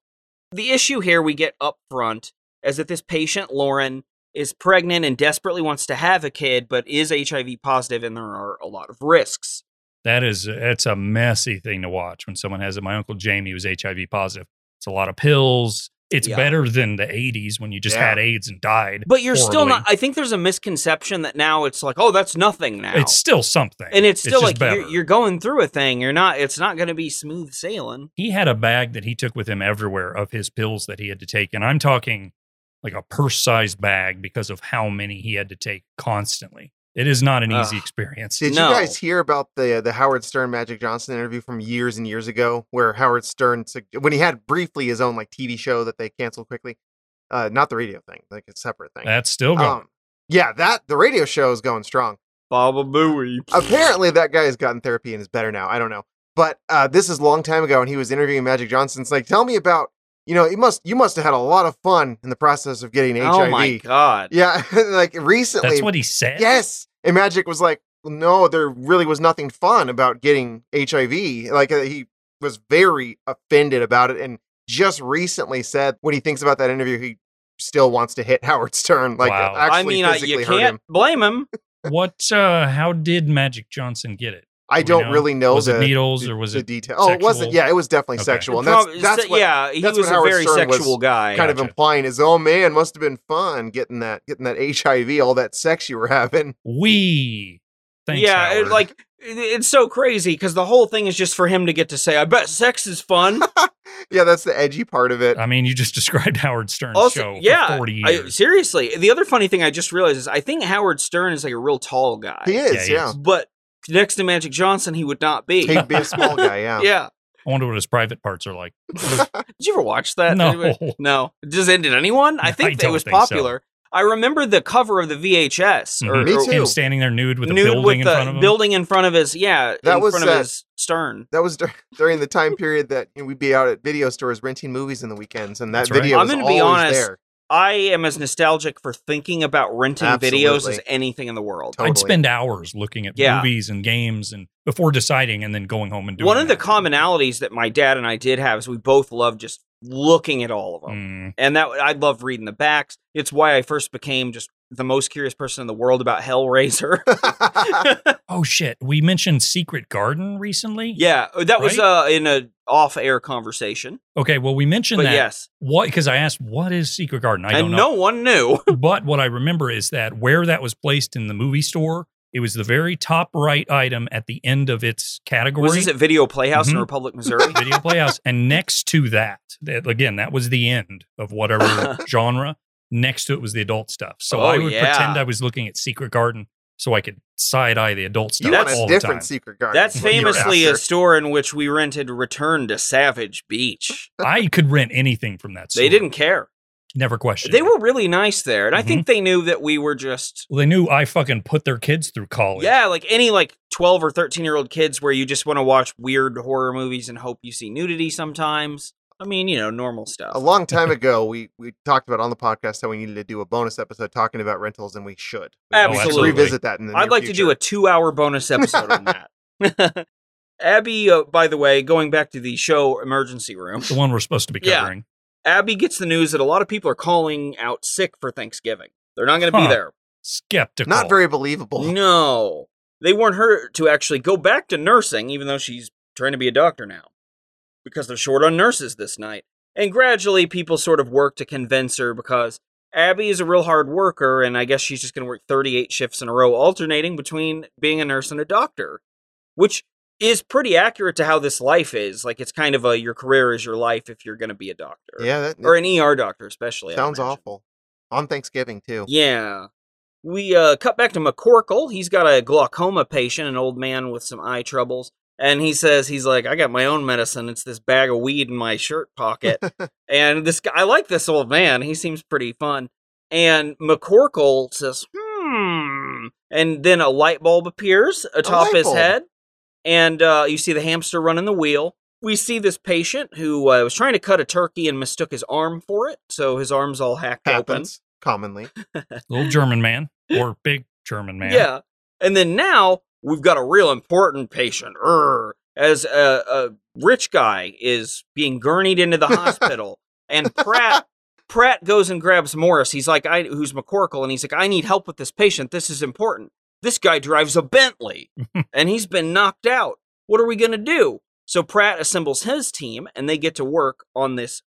The issue here we get up front is that this patient, Lauren, is pregnant and desperately wants to have a kid, but is HIV positive and there are a lot of risks. that is it's a messy thing to watch when someone has it. My uncle Jamie was HIV positive. It's a lot of pills. It's Yeah. better than the 80s when you just Yeah. had AIDS and died. But you're still horribly. not, I think there's a misconception that now it's like, oh, that's nothing now. It's still something. and it's still just like you're, better. you're going through a thing. You're not, it's not going to be smooth sailing. he had a bag that he took with him everywhere of his pills that he had to take. And I'm talking like a purse sized bag because of how many he had to take constantly. It is not an easy Ugh. experience. Did No. you guys hear about the the Howard Stern Magic Johnson interview from years and years ago, where Howard Stern, sug- when he had briefly his own like TV show that they canceled quickly, uh, not the radio thing, like a separate thing. That's Oh, still going. Um, yeah, that the radio show is going strong. Baba Booey. Apparently, that guy has gotten therapy and is better now. I don't know, but uh, this is a long time ago, and he was interviewing Magic Johnson. It's like, tell me about you know, it must you must have had a lot of fun in the process of getting Oh HIV. my God. Yeah, like recently. That's what he said. Yes. And Magic was like, no, there really was nothing fun about getting HIV. Like uh, he was very offended about it and just recently said when he thinks about that interview, he still wants to hit Howard Stern. Like Wow. actually I mean, I, physically you hurt can't him. blame him. What? Uh, how did Magic Johnson get it? I Oh, we don't know? really know Was the it needles the- or was the it? detail. Oh, it wasn't. sexual? Yeah, it was definitely Okay. sexual. And that's, Prob- that's so- what yeah, he that's was what a Howard very Stern was sexual guy. kind of Gotcha. implying is, oh man, must have been fun getting that getting that HIV, all that sex you were having. We. Thanks, yeah, it, Howard. like it- it's so crazy because the whole thing is just for him to get to say, "I bet sex is fun." Yeah, that's the edgy part of it. I mean, you just described Howard Stern's also, show. for yeah, forty I- years. seriously. The other funny thing I just realized is I think Howard Stern is like a real tall guy. he is, yeah, he yeah. is. but next to Magic Johnson, he would not be. He'd be a small guy, yeah. yeah, I wonder what his private parts are like. did you ever watch that? No. Anybody- no. Does it did anyone? I I think it don't was think so. popular. I remember the cover of the VHS. Or, Mhm. Me or- too. Him standing there nude with nude a building with in the front of him. building in front of his yeah That in was, front of uh, his stern. That was dur- during the time period that you know, we'd be out at video stores renting movies in the weekends, and that That's right. video I'm was gonna be always honest, there. I am as nostalgic for thinking about renting videos as Absolutely. anything in the world. Totally. I'd spend hours looking at Yeah. movies and games and before deciding and then going home and doing One of the that. commonalities that my dad and I did have is we both loved just looking at all of them. Mm, And that I love reading the backs. It's why I first became just the most curious person in the world about Hellraiser. oh shit! We mentioned Secret Garden recently. yeah, that was uh, in a off-air conversation. Okay. Well, we mentioned but that. yes, What? Because I asked, what is Secret Garden? I don't and know. no one knew. but what I remember is that where that was placed in the movie store, it was the very top right item at the end of its category. Was this at Video Playhouse in Mhm. Republic, Missouri? Video Playhouse. And next to that, that, again, that was the end of whatever genre. Next to it was the adult stuff. So Oh, I would yeah. pretend I was looking at Secret Garden so I could side eye the adult you stuff want That's- a all the time. different secret garden. That's what you're famously after. a store in which we rented Return to Savage Beach. I could rent anything from that. Store. They didn't care. Never questioned. They it. were really nice there, and I think Mm-hmm. they knew that we were just Well, they knew I fucking put their kids through college. yeah, like any like twelve or thirteen year old kids where you just want to watch weird horror movies and hope you see nudity sometimes. I mean, you know, normal stuff. A long time ago, we, we talked about on the podcast how we needed to do a bonus episode talking about rentals, and we should. We- we should Absolutely. revisit that in the I'd near like to do a future. two hour bonus episode on that. Abby, uh, by the way, going back to the show emergency room, The one we're supposed to be Yeah. covering. Abby gets the news that a lot of people are calling out sick for Thanksgiving. They're not going to Huh. be there. Skeptical. Not very believable. No. They want her to actually go back to nursing, even though she's trying to be a doctor now, because they're short on nurses this night. And gradually, people sort of work to convince her because Abby is a real hard worker, and I guess she's just going to work 38 shifts in a row, alternating between being a nurse and a doctor, which is pretty accurate to how this life is. Like it's kind of a your career is your life if you're going to be a doctor. Yeah, that, Or an ER doctor, especially. I sounds imagine. awful. On Thanksgiving too. Yeah. We uh, cut back to McCorkle. He's got a glaucoma patient, an old man with some eye troubles. And he says, he's like, I got my own medicine. It's this bag of weed in my shirt pocket. and this guy, I like this old man. He seems pretty fun. And McCorkle says, hmm. And then a light bulb appears atop light his bulb. head. And uh, you see the hamster running the wheel. We see this patient who uh, was trying to cut a turkey and mistook his arm for it. So his arm's all hacked open. Happens commonly. Little German man or big German man. Yeah. And then now we've got a real important patient. Urgh, as a, a rich guy is being gurneyed into the hospital, and Pratt Pratt goes and grabs Morris. He's like, I who's McCorkle, and he's like, I need help with this patient. This is important. This guy drives a Bentley, and he's been knocked out. What are we gonna do? So Pratt assembles his team, and they get to work on this,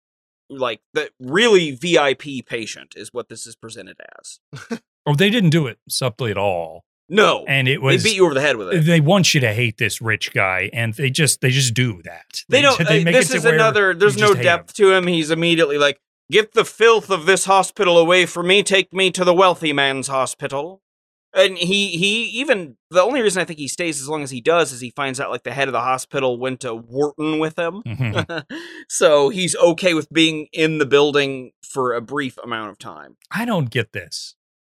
like the really VIP patient is what this is presented as. Oh, they didn't do it subtly at all. No, And it was they beat you over the head with it. they want you to hate this rich guy and they just they just do that they don't. uh, make this it to is where another. you There's no just hate depth to him. He's immediately like, "Get the filth of this hospital away from me. Take me to the wealthy man's hospital." And he he even the only reason I think he stays as long as he does is he finds out like the head of the hospital went to Wharton with him, him. Mhm. so he's okay with being in the building for a brief amount of time. i don't get this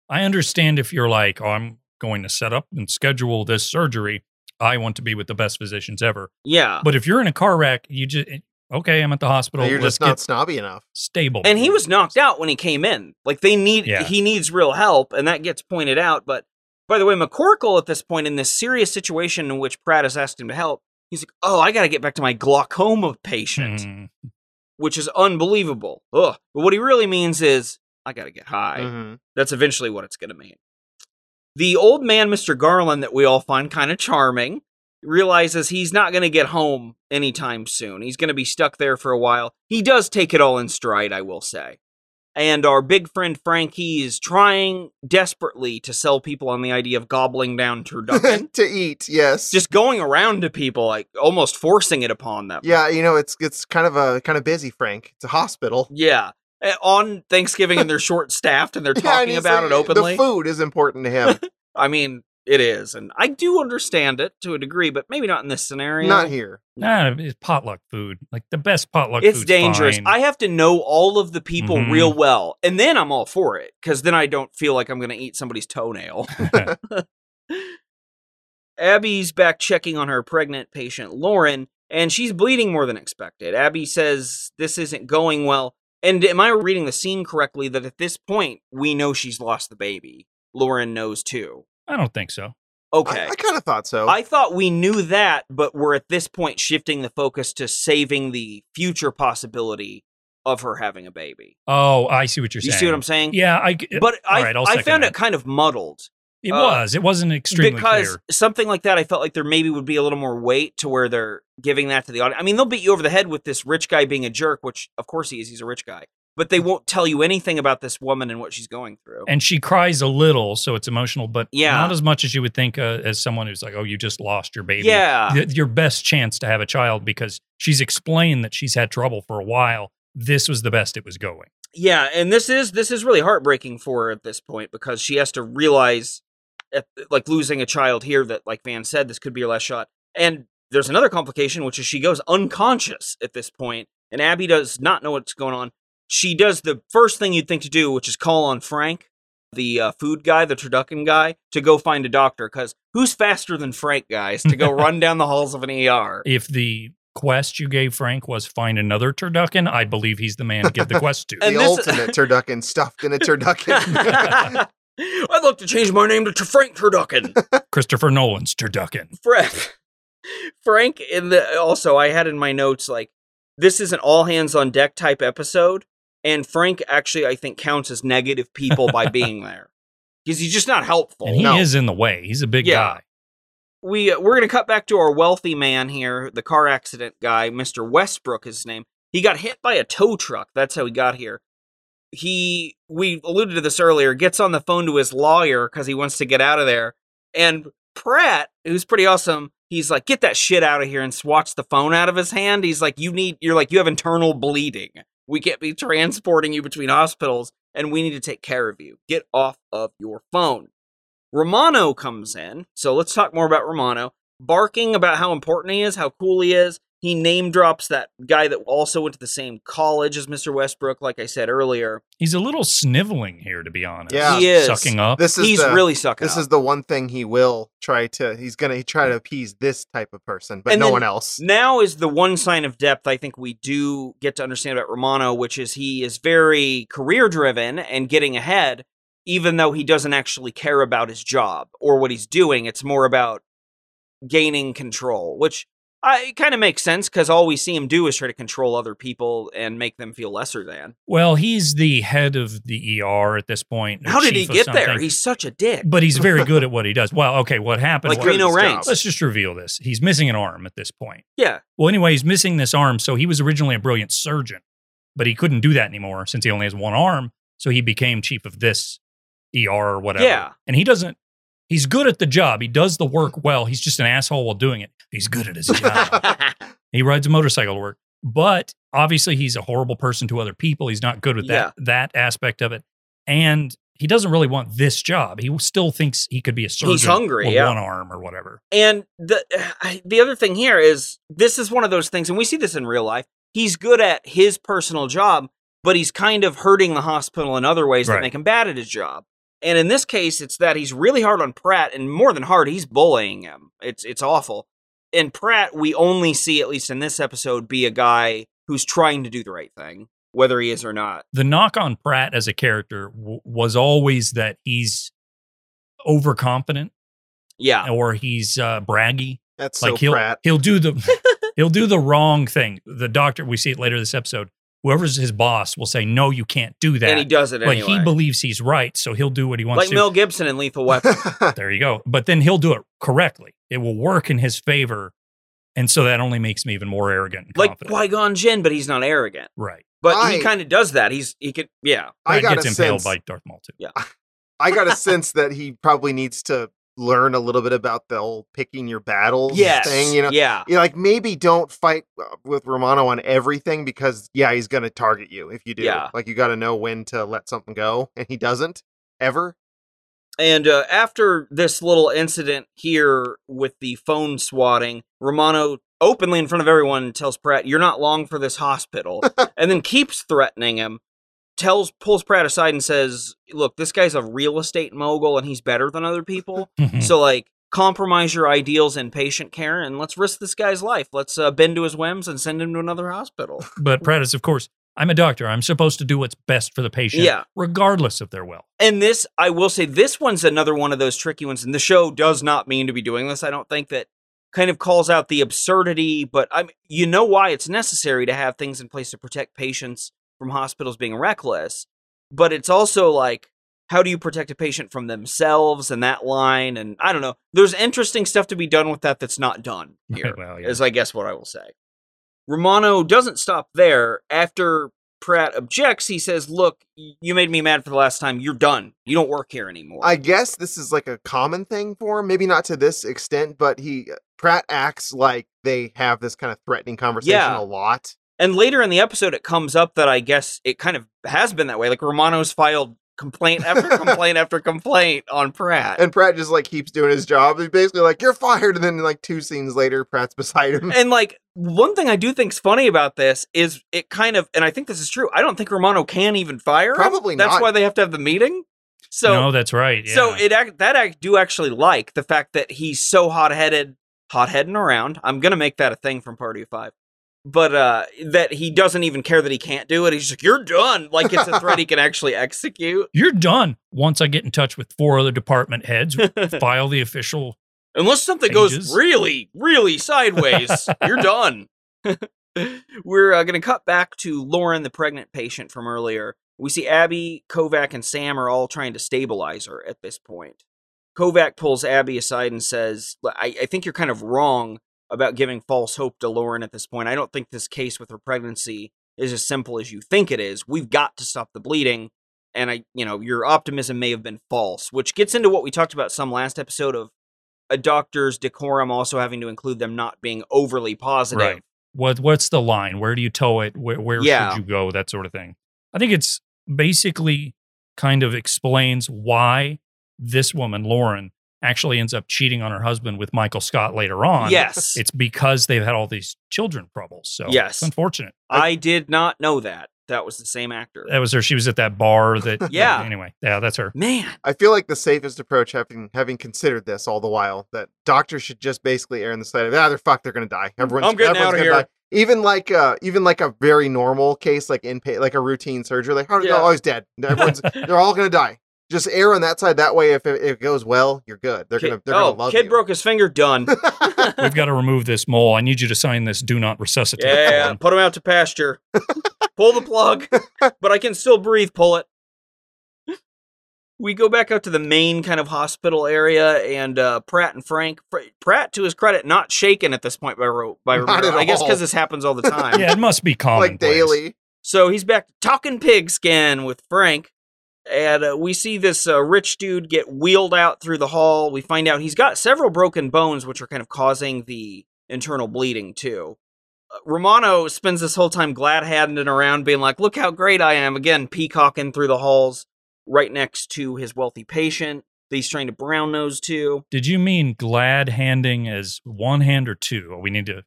i understand if you're like oh, i'm going to set up and schedule this surgery i want to be with the best physicians ever Yeah, but if you're in a car wreck you just okay i'm at the hospital You're let's just not get snobby enough. stable and he was knocked out when he came in. Like they need, Yeah. he needs real help, and that gets pointed out. But by the way, McCorkle at this point in this serious situation in which Pratt has asked him to help, he's like, "Oh, I got to get back to my glaucoma patient," Mm. which is unbelievable. Ugh. But what he really means is, "I got to get high." Mhm. That's eventually what it's going to mean. The old man, Mr. Garland, that we all find kind of charming, realizes he's not going to get home anytime soon. He's going to be stuck there for a while. He does take it all in stride, I will say. And our big friend Frankie is trying desperately to sell people on the idea of gobbling down turducken, to eat, yes. just going around to people, like almost forcing it upon them. yeah, you know, it's it's kind of a kind of busy, Frank. It's a hospital. Yeah. Eh, On Thanksgiving, and they're short staffed and they're Yeah, and talking he's about like, it openly. The food is important to him. I mean, it is, and I do understand it to a degree, but maybe not in this scenario. Not here. Nah, it's potluck food like the best potluck It's food's dangerous. fine. I have to know all of the people Mhm. real well, and then I'm all for it because then I don't feel like I'm going to eat somebody's toenail. Abby's back checking on her pregnant patient, Lauren, and she's bleeding more than expected. Abby says this isn't going well. And am I reading the scene correctly that at this point, we know she's lost the baby? Lauren knows too. I don't think so Okay. I, kind of thought so. I thought we knew that, but we're at this point shifting the focus to saving the future possibility of her having a baby. oh i see what you're you saying see what I'm saying? yeah i g- But I, right, I'll I second found that. it kind of muddled it uh, was it wasn't extremely because clear something like that, I felt like there maybe would be a little more weight to where they're giving that to the audience. I mean, they'll beat you over the head with this rich guy being a jerk, which of course he is. He's a rich guy, but Hmm. they won't tell you anything about this woman and what she's going through. and she cries a little, so it's emotional, but Yeah. not as much as you would think uh, as someone who's like, "Oh, you just lost your baby." Yeah. Th- your best chance to have a child because she's explained that she's had trouble for a while. This was the best it was going. yeah and this is this is really heartbreaking for her at this point because she has to realize at, like losing a child here that like van said this could be her last shot and there's another complication which is she goes unconscious at this point and abby does not know what's going on she does the first thing you'd think to do which is call on frank the uh, food guy the turducken guy to go find a doctor because who's faster than frank guys to go run down the halls of an er If the quest you gave Frank was find another turducken, I believe he's the man to give the quest to. the and this- ultimate turducken stuffed in a turducken. i'd like to change my name to Tr- frank turducken Christopher Nolan's turducken. Fred, Frank in the also I had in my notes like this is an all hands on deck type episode, and Frank actually I think counts as negative people by being there because he's just not helpful. And he no. is in the way. He's a big Yeah. guy. We uh, we're gonna cut back to our wealthy man here, the car accident guy, Mister Westbrook, is his name. He got hit by a tow truck. That's how he got here. He we alluded to this earlier. Gets on the phone to his lawyer because he wants to get out of there, and Pratt, who's pretty awesome, he He's like, get that shit out of here and swats the phone out of his hand. He's like, you need, you're like, you have internal bleeding. We can't be transporting you between hospitals and we need to take care of you. Get off of your phone. Romano comes in. So let's talk more about Romano. Barking about how important he is, how cool he is. He name drops that guy that also went to the same college as Mr. Westbrook, like I said earlier. He's a little sniveling here, to be honest. Yeah. He is. Sucking up. This is He's the, really sucking this up. is the one thing he will try to. He's gonna try to appease this type of person, but And no then- one else. now is the one sign of depth I think we do get to understand about Romano, which is he is very career driven and getting ahead, even though he doesn't actually care about his job or what he's doing. It's more about gaining control, which I kind of makes sense because all we see him do is try to control other people and make them feel lesser than. Well, he's the head of the ER at this point. or How did he chief of get there? something, He's such a dick. but he's very good at what he does. Well, okay, what happened? like was- Reno Good Ranks. let's just reveal this. He's missing an arm at this point. Yeah. Well, anyway, he's missing this arm. So he was originally a brilliant surgeon, but he couldn't do that anymore since he only has one arm. So he became chief of this ER or whatever. Yeah. And he doesn't, he's good at the job. He does the work well. He's just an asshole while doing it. He's good at his job. he rides a motorcycle to work, but obviously he's a horrible person to other people. He's not good with that, that aspect of it. And he doesn't really want this job. He still thinks he could be a surgeon. hungry, with yeah. one arm or whatever. And the I- the other thing here is this is one of those things, and we see this in real life. He's good at his personal job, but he's kind of hurting the hospital in other ways that Right. make him bad at his job. And in this case, it's that he's really hard on Pratt, and more than hard, he's bullying him. It's it's awful. And Pratt, we only see at least in this episode, be a guy who's trying to do the right thing, whether he is or not. the knock on Pratt as a character w- was always that he's overconfident Yeah, or he's uh, braggy. That's Like so he'll Pratt. he'll do the he'll do the wrong thing. The doctor we see it later this episode. Whoever's his boss will say, "No, you can't do that." and he does it but anyway. he believes he's right, so he'll do what he wants like to. Mel Gibson in Lethal Weapon. there you go. But then he'll do it correctly. It will work in his favor, and so that only makes me even more arrogant. And like confident. Qui Gon Jinn, but he's not arrogant. Right. But I- he kind of does that. He's he could yeah. I Pratt got gets a impaled sense. by Darth Maul too. I got a sense that he probably needs to learn a little bit about the whole picking your battles Yes. thing. You know, Yeah. you know, like maybe don't fight uh, with Romano on everything because yeah, he's gonna target you if you do. Yeah. Like you got to know when to let something go, and he doesn't ever. And uh, after this little incident here with the phone swatting, Romano openly in front of everyone tells Pratt, "You're not long for this hospital," and then keeps threatening him. Tells pulls Pratt aside and says, "Look, this guy's a real estate mogul, and he's better than other people. so like." Compromise your ideals in patient care, and let's risk this guy's life. Let's uh, bend to his whims and send him to another hospital. But Pratt is, of course, I'm a doctor. I'm supposed to do what's best for the patient, Yeah. regardless of their will. And this, I will say, this one's another one of those tricky ones. And the show does not mean to be doing this. I don't think that kind of calls out the absurdity, but I mean, you know why it's necessary to have things in place to protect patients from hospitals being reckless. But it's also like, how do you protect a patient from themselves and that line? And I don't know. There's interesting stuff to be done with that that's not done here well, yeah. is I guess what I will say. Romano doesn't stop there. After Pratt objects, he says, "Look, y- you made me mad for the last time. You're done. You don't work here anymore." I guess this is like a common thing for him. Maybe not to this extent, but he uh, Pratt acts like they have this kind of threatening conversation Yeah. a lot. and later in the episode, it comes up that I guess it kind of has been that way. Like Romano's filed complaint after complaint after complaint on Pratt, and, And Pratt just like keeps doing his job. He's basically like, "You're fired," and then like two scenes later, Pratt's beside him. like one thing I do think's funny about this is it kind of, and I think this is true. I don't think Romano can even fire. him. Probably That's not. why they have to have the meeting. So no, that's right. So yeah. it act, that I do actually like the fact that he's so hot headed, hot heading around. I'm gonna make that a thing from Party of Five, but uh, that he doesn't even care that he can't do it. He's just like, "You're done." Like it's a threat he can actually execute, You're done. Once I get in touch with four other department heads, file the official. unless something Changes. goes really, really sideways. you're done. We're uh, gonna cut back to Lauren, the pregnant patient from earlier. We see Abby, Kovac, and Sam are all trying to stabilize her at this point. Kovac pulls Abby aside and says, "Look, I, I think you're kind of wrong about giving false hope to Lauren at this point. I don't think this case with her pregnancy is as simple as you think it is. We've got to stop the bleeding. And I, you know, your optimism may have been false, which gets into what we talked about some last episode of a doctor's decorum also having to include them not being overly positive. Right. What what's the line? Where do you toe it? Where where Yeah. should you go? That sort of thing. I think it's basically kind of explains why this woman, Lauren, actually ends up cheating on her husband with Michael Scott later on. Yes. It's because they've had all these children troubles. So Yes. it's unfortunate. I did not know that. That was the same actor. That was her. She was at that bar that Yeah. Anyway, yeah, that's her. Man. I feel like the safest approach, having having considered this all the while, that doctors should just basically err on the side of ah, they're fucked, they're gonna die. Everyone's, Mm, I'm getting everyone's outta gonna here. die. Even like uh, even like a very normal case, like in like a routine surgery, like oh, Yeah. no, oh he's dead. Everyone's they're all gonna die. Just err on that side. That way, if it, if it goes well, you're good. They're gonna Kid- they're oh, gonna love kid you. broke his finger. Done. We've got to remove this mole. I need you to sign this do not resuscitate. yeah. form. Put him out to pasture. Pull the plug. But I can still breathe. Pull it. We go back out to the main kind of hospital area, and uh, Pratt and Frank. Fr- Pratt, to his credit, not shaken at this point by Ro- by Not Romero. at I guess all. because this happens all the time. Yeah, it must be common. like daily. So he's back to talking pigskin with Frank, and uh, we see this uh, rich dude get wheeled out through the hall. We find out he's got several broken bones, which are kind of causing the internal bleeding too. Uh, Romano spends this whole time glad handing around, being like, "Look how great I am!" Again, peacocking through the halls, right next to his wealthy patient. That he's trying to brown nose too. Did you mean glad handing as one hand or two? We need to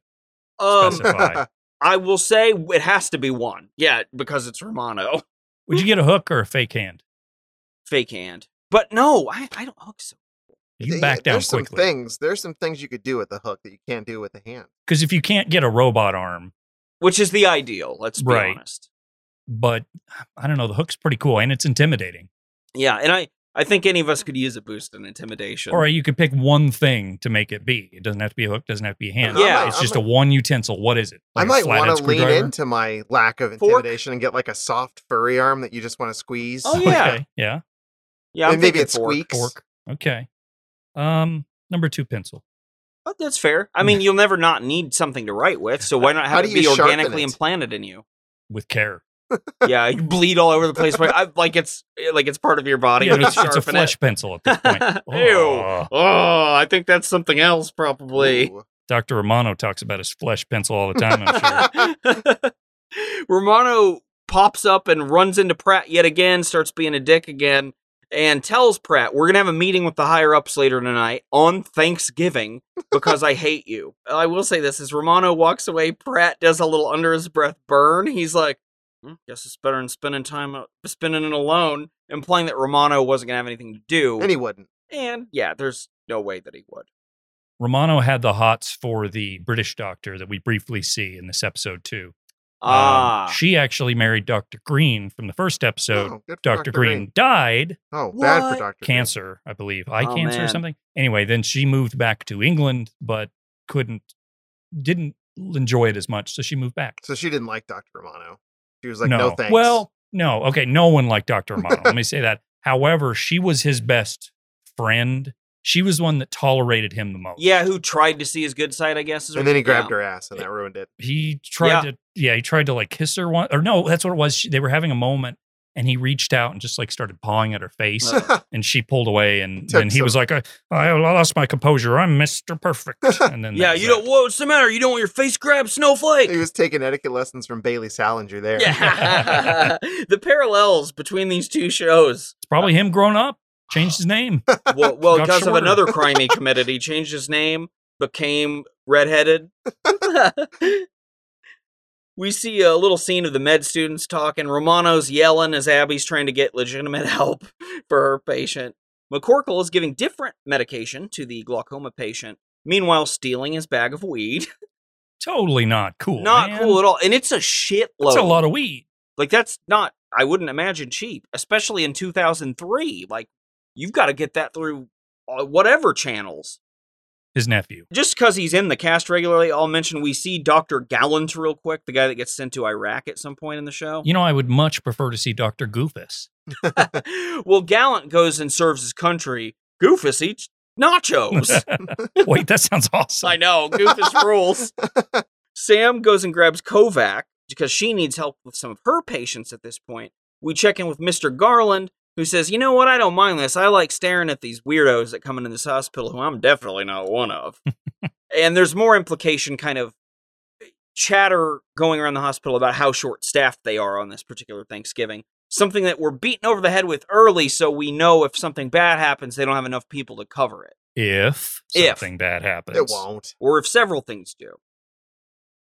Um, specify. I will say it has to be one, yeah, because it's Romano. Would you get a hook or a fake hand? Fake hand, but no, I, I don't hook so You Th- back down there's Some quickly. things there's some things you could do with the hook that you can't do with the hand. Because if you can't get a robot arm, which is the ideal. Let's be Right. honest. but I don't know, the hook's pretty cool and it's intimidating. Yeah, and I I think any of us could use a boost in intimidation. Or you could pick one thing to make it be. It doesn't have to be a hook, doesn't have to be a hand. Yeah. It's just a one utensil. What is it? I Like a might flathead want to lean screwdriver? into my lack of Fork? intimidation and get like a soft furry arm that you just want to squeeze. Oh, yeah. Okay. Yeah. yeah, I'm and maybe thinking it fork. squeaks. Fork. Okay. Um, number two pencil. Oh, that's fair. I mean, you'll never not need something to write with, so why not How have do it you be sharpen organically it? implanted in you? With care. Yeah, you bleed all over the place. Where, I, like it's like it's part of your body. Yeah, you it's, it's a sharpen it. flesh pencil at this point. Ew. Oh. Oh, I think that's something else, probably. Ooh. Dr. Romano talks about his flesh pencil all the time, I'm sure. Romano pops up and runs into Pratt yet again, starts being a dick again, and tells Pratt, We're going to have a meeting with the higher ups later tonight on Thanksgiving because I hate you. I will say this as Romano walks away, Pratt does a little under his breath burn. He's like, "Hmm, Guess it's better than spending time uh, spending it alone, implying that Romano wasn't going to have anything to do. And he wouldn't. and yeah, there's no way that he would. Romano had the hots for the British doctor that we briefly see in this episode too. Um, Ah. she actually married Dr. Green from the first episode. Oh, good for Dr. Green, died Oh, bad What? for Dr. Green. cancer, I believe, eye Oh, cancer or man. something. Anyway, then she moved back to England, but couldn't, didn't enjoy it as much, so she moved back. So she didn't like Dr. Romano. She was like, no, thanks. Well, no. Okay, no one liked Dr. Romano. Let me say that. However, she was his best friend. She was the one that tolerated him the most. yeah, who tried to see his good side, I guess. Is and then he what- yeah. grabbed her ass, and that ruined it. he tried to yeah he tried to like kiss her one or no that's what it was she, they were having a moment and he reached out and just like started pawing at her face Uh, and she pulled away and Took then he some- was like I, I lost my composure i'm mr perfect and then that yeah, was you that. don't. What's the matter? You don't want your face grabbed, snowflake? He was taking etiquette lessons from Bailey Salinger there. Yeah, the parallels between these two shows. it's probably him grown up changed his name Well, well Got because of shorter. another crime he committed, he changed his name, became redheaded. we see a little scene of the med students talking. Romano's yelling as Abby's trying to get legitimate help for her patient. McCorkle is giving different medication to the glaucoma patient. Meanwhile, stealing his bag of weed. totally not cool Not man. cool at all. And it's a shitload. that's a lot of weed Like that's not I wouldn't imagine cheap, especially in 2003. Like you've got to get that through uh, whatever channels. his nephew Just because he's in the cast regularly, I'll mention we see Doctor Gallant real quick, the guy that gets sent to Iraq at some point in the show. you know i would much prefer to see dr goofus well, Gallant goes and serves his country. Goofus eats nachos. wait that sounds awesome I know Goofus rules. Sam goes and grabs Kovac because she needs help with some of her patients at this point. We check in with Mr. Garland, who says, "You know what? I don't mind this. I like staring at these weirdos that come into this hospital, who I'm definitely not one of." and there's more implication, kind of eh, chatter going around the hospital about how short-staffed they are on this particular Thanksgiving. Something that we're beaten over the head with early, so we know if something bad happens, they don't have enough people to cover it, If If. something bad happens, It won't. or if several things do.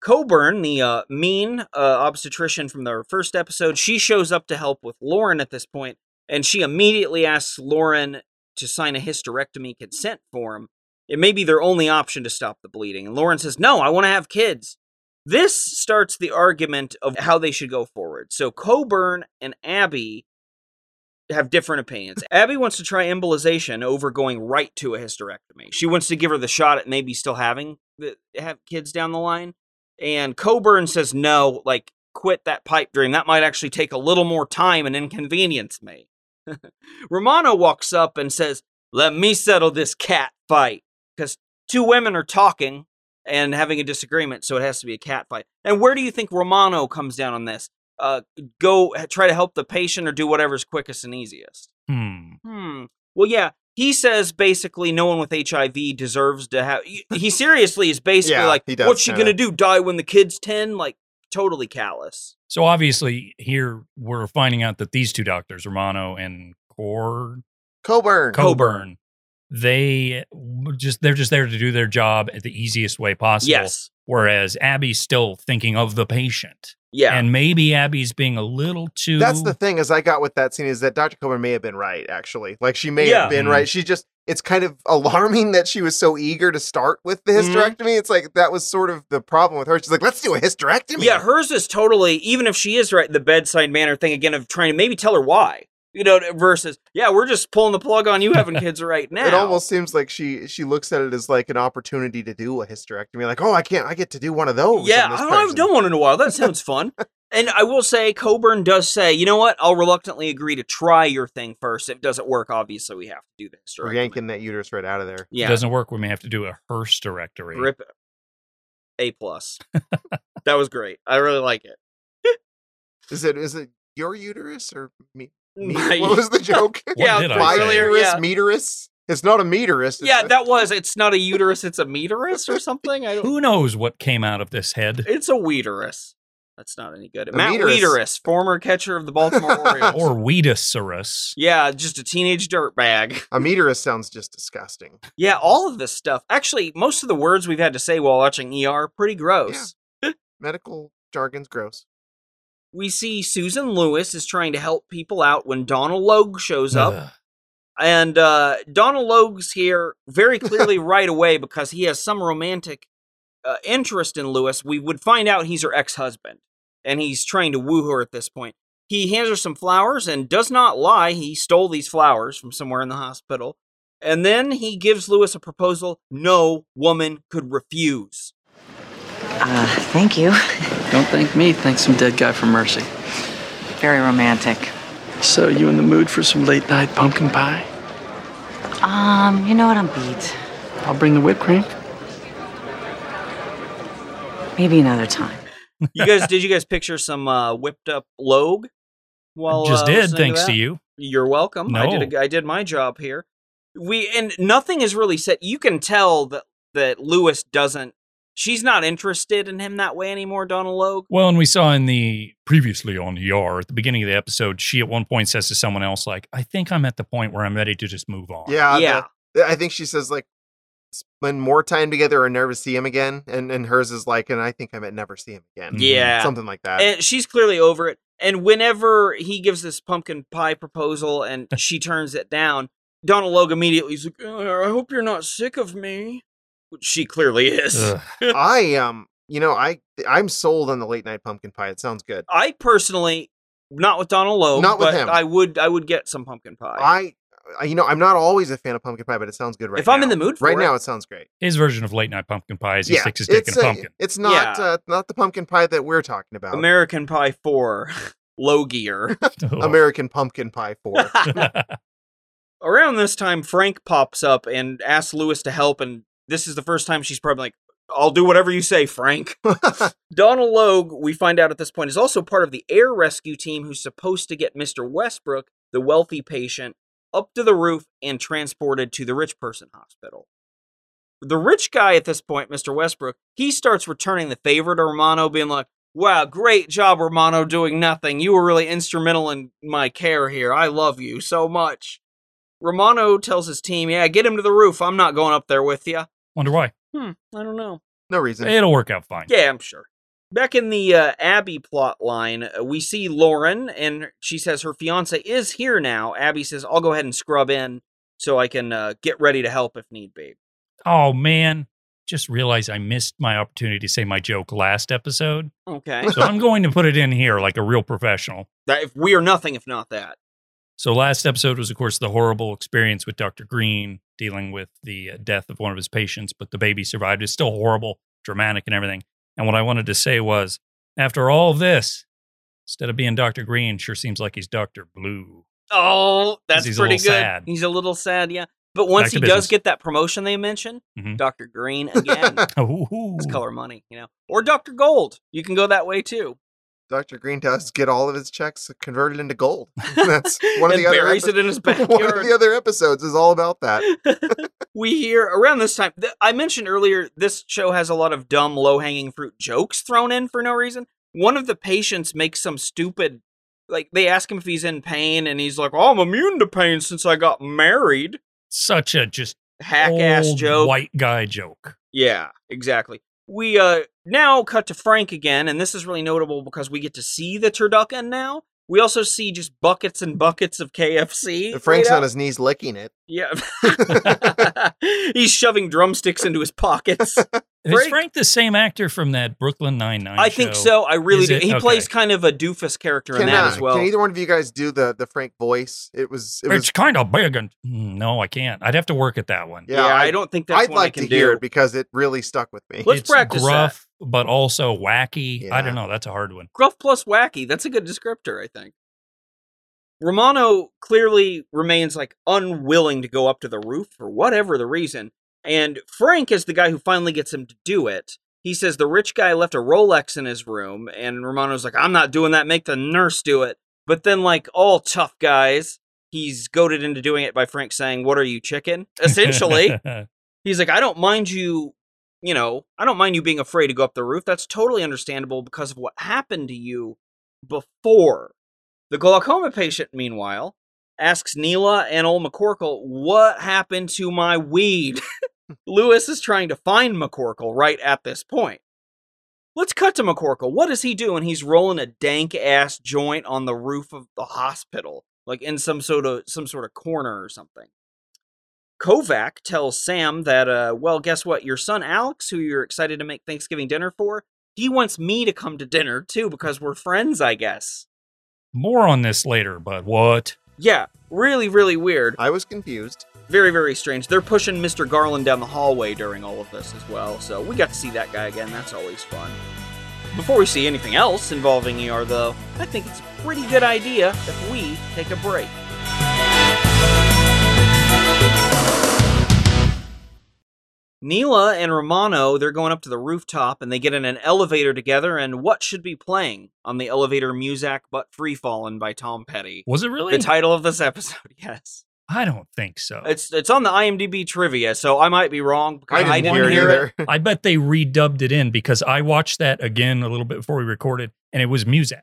Coburn, the uh, mean uh, obstetrician from the first episode, she shows up to help with Lauren at this point, and she immediately asks Lauren to sign a hysterectomy consent form. It may be their only option to stop the bleeding. And Lauren says, No, I want to have kids. This starts the argument of how they should go forward. So Coburn and Abby have different opinions. Abby wants to try embolization over going right to a hysterectomy. She wants to give her the shot at maybe still having the, have kids down the line. And Coburn says, No, like, quit that pipe dream. That might actually take a little more time and inconvenience me. Romano walks up and says, Let me settle this cat fight. Because two women are talking and having a disagreement, so it has to be a cat fight. And where do you think Romano comes down on this? Uh, go h- try to help the patient or do whatever's quickest and easiest? Hmm. Hmm. Well, yeah. He says basically no one with HIV deserves to have. He seriously is basically Yeah, like, he does what's she kinda. going to do? Die when the kid's 10? Like, totally callous. So obviously, here we're finding out that these two doctors, Romano and Cord, Coburn. Co- Coburn, they were just they're just there to do their job at the easiest way possible. Yes. Whereas Abby's still thinking of the patient, Yeah. and maybe Abby's being a little too. That's the thing is I got with that scene is that Dr. Coburn may have been right actually. Like she may Yeah. have been Mhm. right. She just it's kind of alarming that she was so eager to start with the Mhm. hysterectomy. It's like that was sort of the problem with her. She's like, let's do a hysterectomy. Yeah, hers is totally, even if she is right, the bedside manner thing again of trying to maybe tell her why, you know, versus, yeah, we're just pulling the plug on you having kids right now. It almost seems like she she looks at it as like an opportunity to do a hysterectomy. Like, oh, I can't, I get to do one of those. on Yeah, this I don't, I've person." done one in a while. That sounds fun. and I will say, Coburn does say, you know what? I'll reluctantly agree to try your thing first. If it doesn't work, obviously we have to do this. We're yanking that uterus right out of there. If Yeah, It doesn't work. We may have to do a hearse directory. rip it. A plus. that was great. I really like it. Is it is it your uterus or me? me- My- what was the joke? What yeah, did I My say? earlier, uterus, yeah. meterus. It's not a meterus. it's yeah, a- that was. It's not a uterus. It's a meterus or something. I don't. Who knows what came out of this head? It's a Weederus. That's not any good. A Matt Weederus. Weederus, former catcher of the Baltimore Orioles. Or Weedosaurus. yeah, just a teenage dirtbag. a meterus sounds just disgusting. Yeah, all of this stuff. Actually, most of the words we've had to say while watching ER are pretty gross. Medical jargon's gross. We see Susan Lewis is trying to help people out when Donald Logue shows up. Ugh. And uh, Donald Logue's here very clearly right away because he has some romantic uh, interest in Lewis. We would find out he's her ex husband, and he's trying to woo her at this point. He hands her some flowers and does not lie. He stole these flowers from somewhere in the hospital. And then he gives Lewis a proposal no woman could refuse. Uh, thank you. Don't thank me, thank some dead guy for mercy. Very romantic. So, you in the mood for some late night pumpkin pie? Um, you know what? I'm beat. I'll bring the whipped cream. Maybe another time. You guys, did you guys picture some uh, whipped up Logue? While, Just uh, did, listening thanks that? to you. You're welcome. I did. A, No. I did my job here. We and nothing is really set. You can tell that that Lewis doesn't. She's not interested in him that way anymore. Donald Logue. Well, and we saw in the previously on ER at the beginning of the episode, she at one point says to someone else, like, I think I'm at the point where I'm ready to just move on. Yeah, yeah, the- I think she says like spend more time together and never see him again. And and hers is like, and I think I might never see him again. yeah. Something like that. and she's clearly over it. And whenever he gives this pumpkin pie proposal and she turns it down, Donald Logue immediately is like, "Uh, "I hope you're not sick of me." Which she clearly is. Ugh. I um, you know, I I'm sold on the late night pumpkin pie. It sounds good. I personally, not with Donald Logue, Not with but him. I would, I would get some pumpkin pie. I, I you know, I'm not always a fan of pumpkin pie, but it sounds good right if now. I'm in the mood for right it. now, it sounds great. His version of late night pumpkin pie is he sticks his dick it's in a pumpkin. It's not Yeah. uh, not the pumpkin pie that we're talking about. American Pie 4, Logier. Ugh. American pumpkin pie four. Around this time, Frank pops up and asks Lewis to help, and this is the first time she's probably like, I'll do whatever you say, Frank. Donald Logue, we find out at this point, is also part of the air rescue team who's supposed to get Mr. Westbrook, the wealthy patient up to the roof and transported to the rich person hospital. The rich guy at this point, Mr. Westbrook, he starts returning the favor to Romano, being like, Wow, great job, Romano, doing nothing. You were really instrumental in my care here. I love you so much. Romano tells his team, Yeah, get him to the roof. I'm not going up there with you. Wonder why? Hmm, I don't know. No reason. It'll work out fine. Yeah, I'm sure. Back in the uh, Abby plot line, uh, we see Lauren, and she says her fiance is here now. Abby says, "I'll go ahead and scrub in so I can uh, get ready to help if need be." Oh man, just realized I missed my opportunity to say my joke last episode, Okay, so I'm going to put it in here like a real professional. that, if we are nothing if not that. So last episode was, of course, the horrible experience with Dr. Green dealing with the uh, death of one of his patients, but the baby survived. It's still horrible, dramatic, and everything. And what I wanted to say was, after all this, instead of being Dr. Green, sure seems like he's Dr. Blue. Oh, that's he's a pretty good. little sad. He's a little sad, yeah. But once to he business. does get that promotion they mentioned, Mm-hmm. Mhm. Doctor Green again, Oh, that's color money, you know, or Doctor Gold. You can go that way too. Dr. Green does get all of his checks converted into gold. That's one of And the other buries epi- it in his one of backyard. the other episodes is all about that. we hear around this time. Th- I mentioned earlier this show has a lot of dumb, low hanging fruit jokes thrown in for no reason. One of the patients makes some stupid, like they ask him if he's in pain, and he's like, "Oh, I'm immune to pain since I got married." such a just Hack ass old joke. white guy joke. Yeah, exactly. We uh now cut to Frank again, and this is really notable because we get to see the turducken now. We also see just buckets and buckets of KFC. If Frank's laid out. on his knees licking it. Yeah. He's shoving drumsticks into his pockets. Is Frank- Frank the same actor from that Brooklyn Nine Nine? I think so. I really Is do. it? He Okay. plays kind of a doofus character in Can, that uh, as well. can either one of you guys do the, the Frank voice? It was it It's was kind of big, and Mm, no, I can't. I'd have to work at that one. yeah, I, don't think that's I'd one I like can to do. hear it because it really stuck with me. Let's it's practice that. gruff, but also wacky. I Yeah. don't know. That's a hard one. gruff plus wacky. That's a good descriptor, I think. Romano clearly remains like unwilling to go up to the roof for whatever the reason, and Frank is the guy who finally gets him to do it. He says the rich guy left a Rolex in his room, and Romano's like, "I'm not doing that. Make the nurse do it." But then, like all tough guys, he's goaded into doing it by Frank saying, "What are you, chicken?" Essentially, he's like, I don't mind you, you know, I don't mind you being afraid to go up the roof. That's totally understandable because of what happened to you before. The glaucoma patient, meanwhile, asks Neela and old McCorkle, what happened to my weed? Lewis is trying to find McCorkle right at this point. Let's cut to McCorkle. What does he do? And he's rolling a dank ass joint on the roof of the hospital, like in some sort of some sort of corner or something. Kovac tells Sam that, uh, well, guess what? Your son Alex, who you're excited to make Thanksgiving dinner for, he wants me to come to dinner too because we're friends, I guess. More on this later, but what? Yeah, really, really weird. I was confused. Very, very strange. They're pushing Mr. Garland down the hallway during all of this as well, so we got to see that guy again. That's always fun. Before we see anything else involving ER, though, I think it's a pretty good idea if we take a break. Neela and Romano, they're going up to the rooftop and they get in an elevator together. And what should be playing on the elevator music but Free Fallen by Tom Petty? Was it really? The Uh, title of this episode, yes. I don't think so. It's it's on the IMDb trivia, so I might be wrong because I didn't, hear, it it. either. I bet they redubbed it in because I watched that again a little bit before we recorded, and it was Muzak.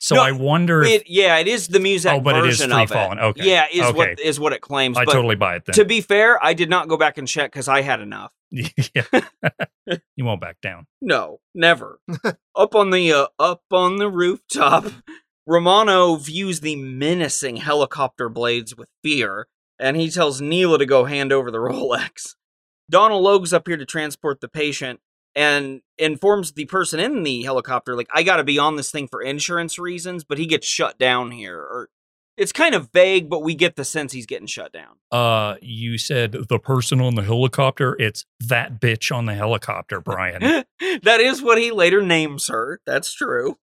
So No, I wonder. If, It- yeah, it is the music Oh, but it is version Free of Fallin', it. okay. Yeah, is what Okay. is what it claims. I but totally buy it then. to be fair, I did not go back and check because I had enough. yeah. you won't back down. No, never. up on the uh, up on the rooftop, Romano views the menacing helicopter blades with fear, and he tells Neela to go hand over the Rolex. Donald Logue's up here to transport the patient and informs the person in the helicopter, like, I gotta be on this thing for insurance reasons, but he gets shut down here. Or it's kind of vague, but we get the sense he's getting shut down. Uh, you said the person on the helicopter. It's that bitch on the helicopter, Brian. that is what he later names her. That's true.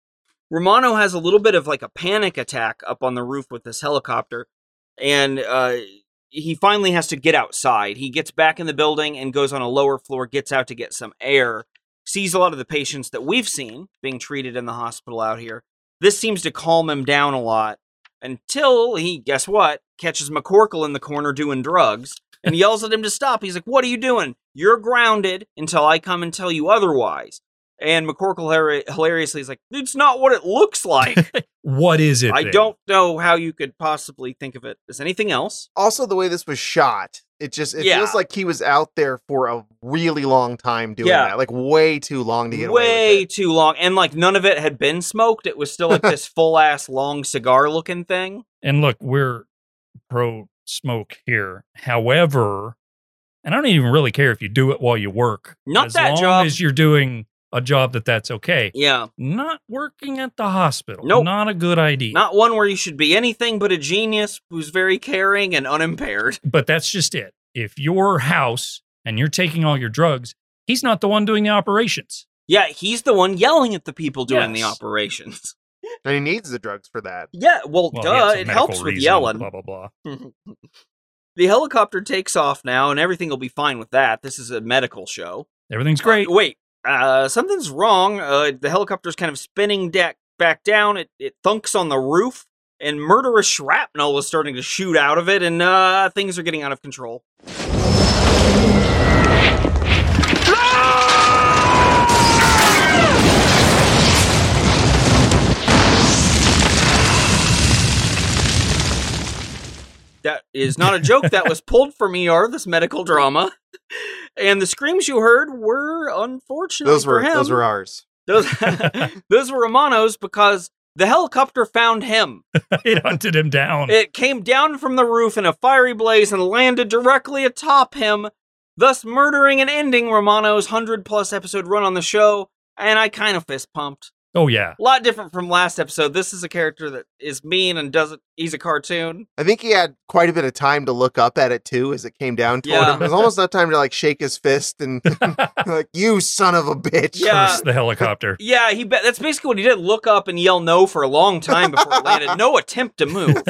Romano has a little bit of like a panic attack up on the roof with this helicopter, and uh, he finally has to get outside. He gets back in the building and goes on a lower floor, gets out to get some air, sees a lot of the patients that we've seen being treated in the hospital out here. This seems to calm him down a lot, Until he, guess what, catches McCorkle in the corner doing drugs and yells at him to stop. He's like, What are you doing? You're grounded until I come and tell you otherwise. And McCorkle hilari- hilariously is like, It's not what it looks like. What is it? I then? don't know how you could possibly think of it as anything else. Also, the way this was shot, it just it Yeah. feels like he was out there for a really long time doing Yeah. that, like way too long to get away. way with it. too long and like none of it had been smoked it was still like this full ass long cigar looking thing And look, we're pro smoke here. However, and I don't even really care if you do it while you work. Not as that long job. As you're doing a job that that's okay. yeah Not working at the hospital. Nope. Not a good idea. not one where you should be anything but a genius who's very caring and unimpaired But that's just it. If your house and you're taking all your drugs, he's not the one doing the operations. yeah he's the one yelling at the people doing the Yes. operations And he needs the drugs for that. yeah well, Well, he had duh some it medical helps with reason, yelling Blah blah blah. the helicopter takes off now and everything will be fine with that this is a medical show Everything's great. Uh, wait, uh, something's wrong. Uh, the helicopter's kind of spinning deck back down. It it thunks on the roof, and murderous shrapnel is starting to shoot out of it, and uh, things are getting out of control. That is not a joke. that was pulled from ER, this medical drama. And the screams you heard were unfortunately Those were for him, those were ours. those, those were Romano's because the helicopter found him. it hunted him down. It came down from the roof in a fiery blaze and landed directly atop him, thus murdering and ending Romano's 100 plus episode run on the show. And I kind of fist pumped. oh yeah. A lot different from last episode. This is a character that is mean and doesn't, he's a cartoon. I think he had quite a bit of time to look up at it too as it came down toward Yeah. him. It was almost enough time to like shake his fist and like, you son of a bitch. Yeah. Curse the helicopter. Yeah, he bet that's basically what he did. Look up and yell no for a long time before it landed. No attempt to move.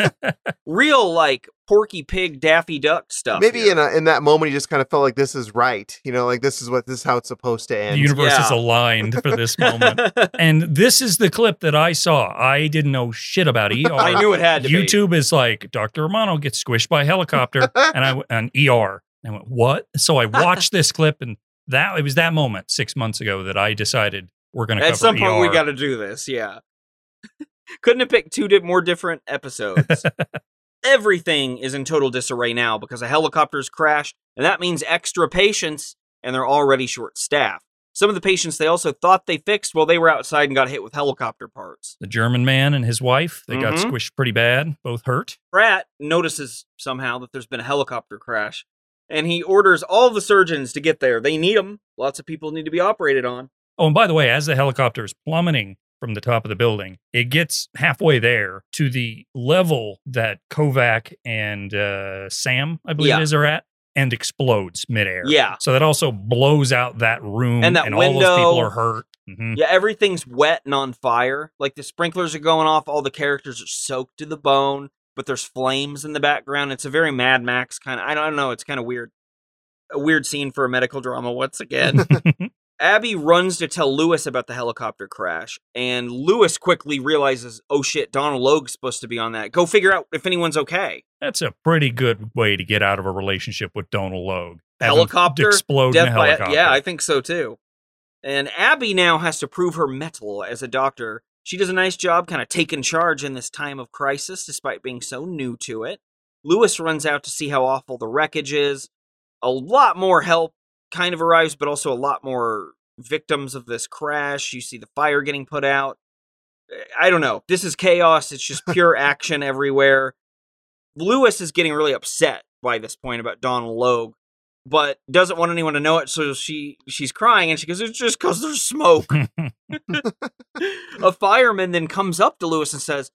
Real like Porky Pig, Daffy Duck stuff. Maybe here. in a, in that moment he just kind of felt like this is right. You know, like this is what this is how it's supposed to the end. universe is Yeah. aligned for this moment. and this is the clip that I saw. I didn't know shit about ER. I knew it had to be. YouTube is like Dr. Romano gets squished by a helicopter, and I went an ER. And I went what? So I watched this clip, and that it was that moment six months ago that I decided we're going to cover At some point, ER. we got to do this. Yeah. Couldn't have picked two di- more different episodes. Everything is in total disarray now because a helicopter's crashed, and that means extra patients, and they're already short staffed. Some of the patients they also thought they fixed while they were outside and got hit with helicopter parts. the German man and his wife. They got Mhm. squished pretty bad, both hurt. Pratt notices somehow that there's been a helicopter crash, and he orders all the surgeons to get there. They need them. Lots of people need to be operated on. Oh, and by the way, as the helicopter is plummeting from the top of the building, it gets halfway there to the level that Kovac and uh, Sam, I believe Yeah. it is, are at, and explodes midair. Yeah. So that also blows out that room, And that all those people window. are hurt. Mhm. Yeah, everything's wet and on fire. Like the sprinklers are going off, all the characters are soaked to the bone, but there's flames in the background. It's a very Mad Max kind of I don't know, it's kind of weird. A weird scene for a medical drama once again. Abby runs to tell Lewis about the helicopter crash, and Lewis quickly realizes, "Oh shit, Donald Logue's supposed to be on that. Go figure out if anyone's okay." That's a pretty good way to get out of a relationship with Donald Logue. Have him Helicopter, explode in a Death by- helicopter. yeah, I think so too. And Abby now has to prove her mettle as a doctor. She does a nice job kind of taking charge in this time of crisis, despite being so new to it. Lewis runs out to see how awful the wreckage is. A lot more help kind of arrives, but also a lot more victims of this crash. You see the fire getting put out. I don't know. This is chaos. It's just pure action everywhere. Lewis is getting really upset by this point about Donald Logue, but doesn't want anyone to know it. So she she's crying and she goes, "It's just because there's smoke." a fireman then comes up to Lewis and says,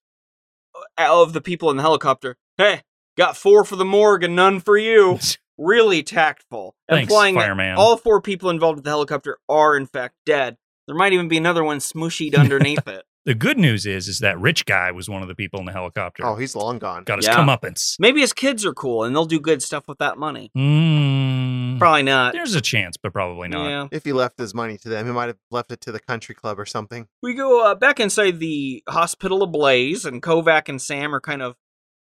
uh, "Of the people in the helicopter, hey, got four for the morgue and none for you." Really tactful, Thanks, implying that fireman. all four people involved with the helicopter are in fact dead. There might even be another one smooshied underneath it. the good news is, is that rich guy was one of the people in the helicopter. oh, he's long gone. got his Yeah. comeuppance. Maybe his kids are cool and they'll do good stuff with that money. Mm. Probably not. There's a chance, but probably not. Yeah. If he left his money to them, he might have left it to the country club or something. We go uh, back inside the hospital ablaze, and Kovac and Sam are kind of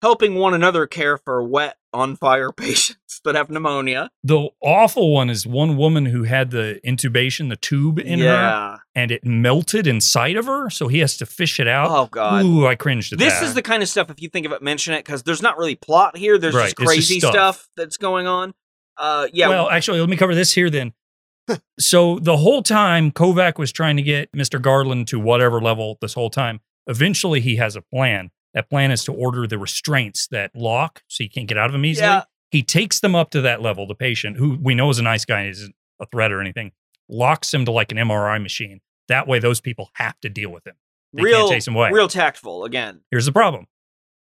helping one another care for wet, on fire patients that have pneumonia. The awful one is one woman who had the intubation, the tube in her, yeah. and it melted inside of her, so he has to fish it out. Oh God. Ooh, I cringed at This that. is the kind of stuff if you think of it, mention it because there's not really plot here. There's Right, just it's just crazy stuff. stuff. that's going on. Uh, yeah. Well, actually, let me cover this here then. so the whole time Kovac was trying to get Mr. Garland to whatever level this whole time. Eventually he has a plan. That plan is to order the restraints that lock so you can't get out of them easily. Yeah. He takes them up to that level, the patient, who we know is a nice guy and isn't a threat or anything, locks him to like an MRI machine. That way those people have to deal with him. They can't real, chase him away. real tactful again. Here's the problem.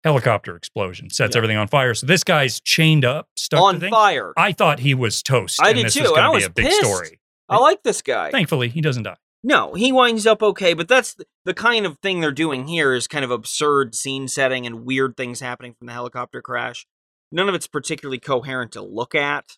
Helicopter explosion sets Yeah. everything on fire. So this guy's chained up, stuck to on the thing. fire. I, I thought he was toast. I and did this too, Was and gonna I be was a big pissed. story. like this guy. Thankfully, he doesn't die. No, he winds up okay, but that's th- the kind of thing they're doing here is kind of absurd scene setting and weird things happening from the helicopter crash. None of it's particularly coherent to look at,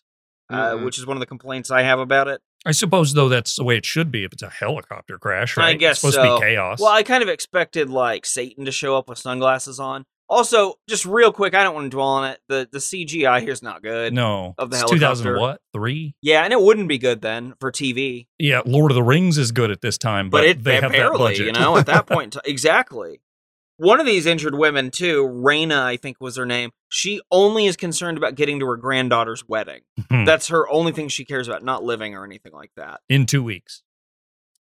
uh, Mm-hmm. Mhm. which is one of the complaints I have about it. I suppose though that's the way it should be if it's a helicopter crash, I right? guess it's supposed to so. be chaos. Well, I kind of expected like Satan to show up with sunglasses on. Also, just real quick, I don't want to dwell on it. The the CGI here's not good. no, of the it's 2000 helicopter. what three? Yeah, and it wouldn't be good then for TV. Yeah, Lord of the Rings is good at this time, But, but, it they have that barely, budget. you know, at that point, in ti- exactly. One of these injured women too, Raina, I think was her name. She only is concerned about getting to her granddaughter's wedding. Hmm. That's her only thing she cares about, not living or anything like that. in two weeks.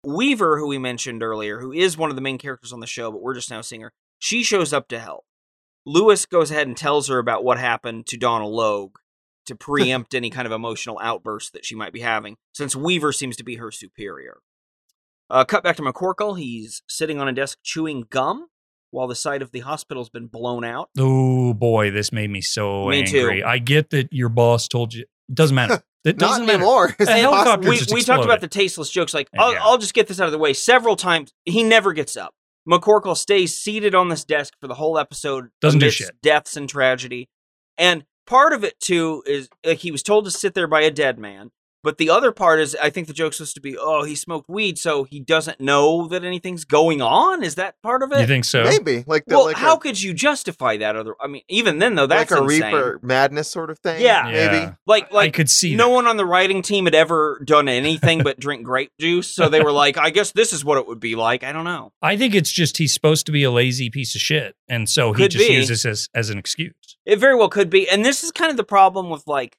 Weaver, who we mentioned earlier, who is one of the main characters on the show, but we're just now seeing her, she shows up to help. Lewis goes ahead and tells her about what happened to Donna Logue to preempt any kind of emotional outburst that she might be having, since Weaver seems to be her superior. Uh, cut back to McCorkle. He's sitting on a desk chewing gum while the side of the hospital's been blown out. Oh boy, this made me so Me too. angry. I get that your boss told you. Doesn't matter. It doesn't Not matter. anymore. It's A impossible. helicopter we, just we talked exploded. about the tasteless jokes. Like, Yeah. I'll, I'll just get this out of the way. Several times, he never gets up. McCorkle stays seated on this desk for the whole episode. Doesn't do amidst shit. Deaths and tragedy, and part of it too is like he was told to sit there by a dead man. But the other part is, I think the joke's supposed to be, oh, he smoked weed, so he doesn't know that anything's going on. Is that part of it? You think so? Maybe like the, well, like how a, could you justify that? Other, I mean, even then though, like that's a insane. Reaper madness sort of thing. Yeah. maybe. Like, I like could see no one on the writing team had ever done anything but drink grape juice, so they were like, "I guess this is what it would be like." I don't know. I think it's just he's supposed to be a lazy piece of shit, and so he Could just be. uses this as, as an excuse. It very well could be, and this is kind of the problem with like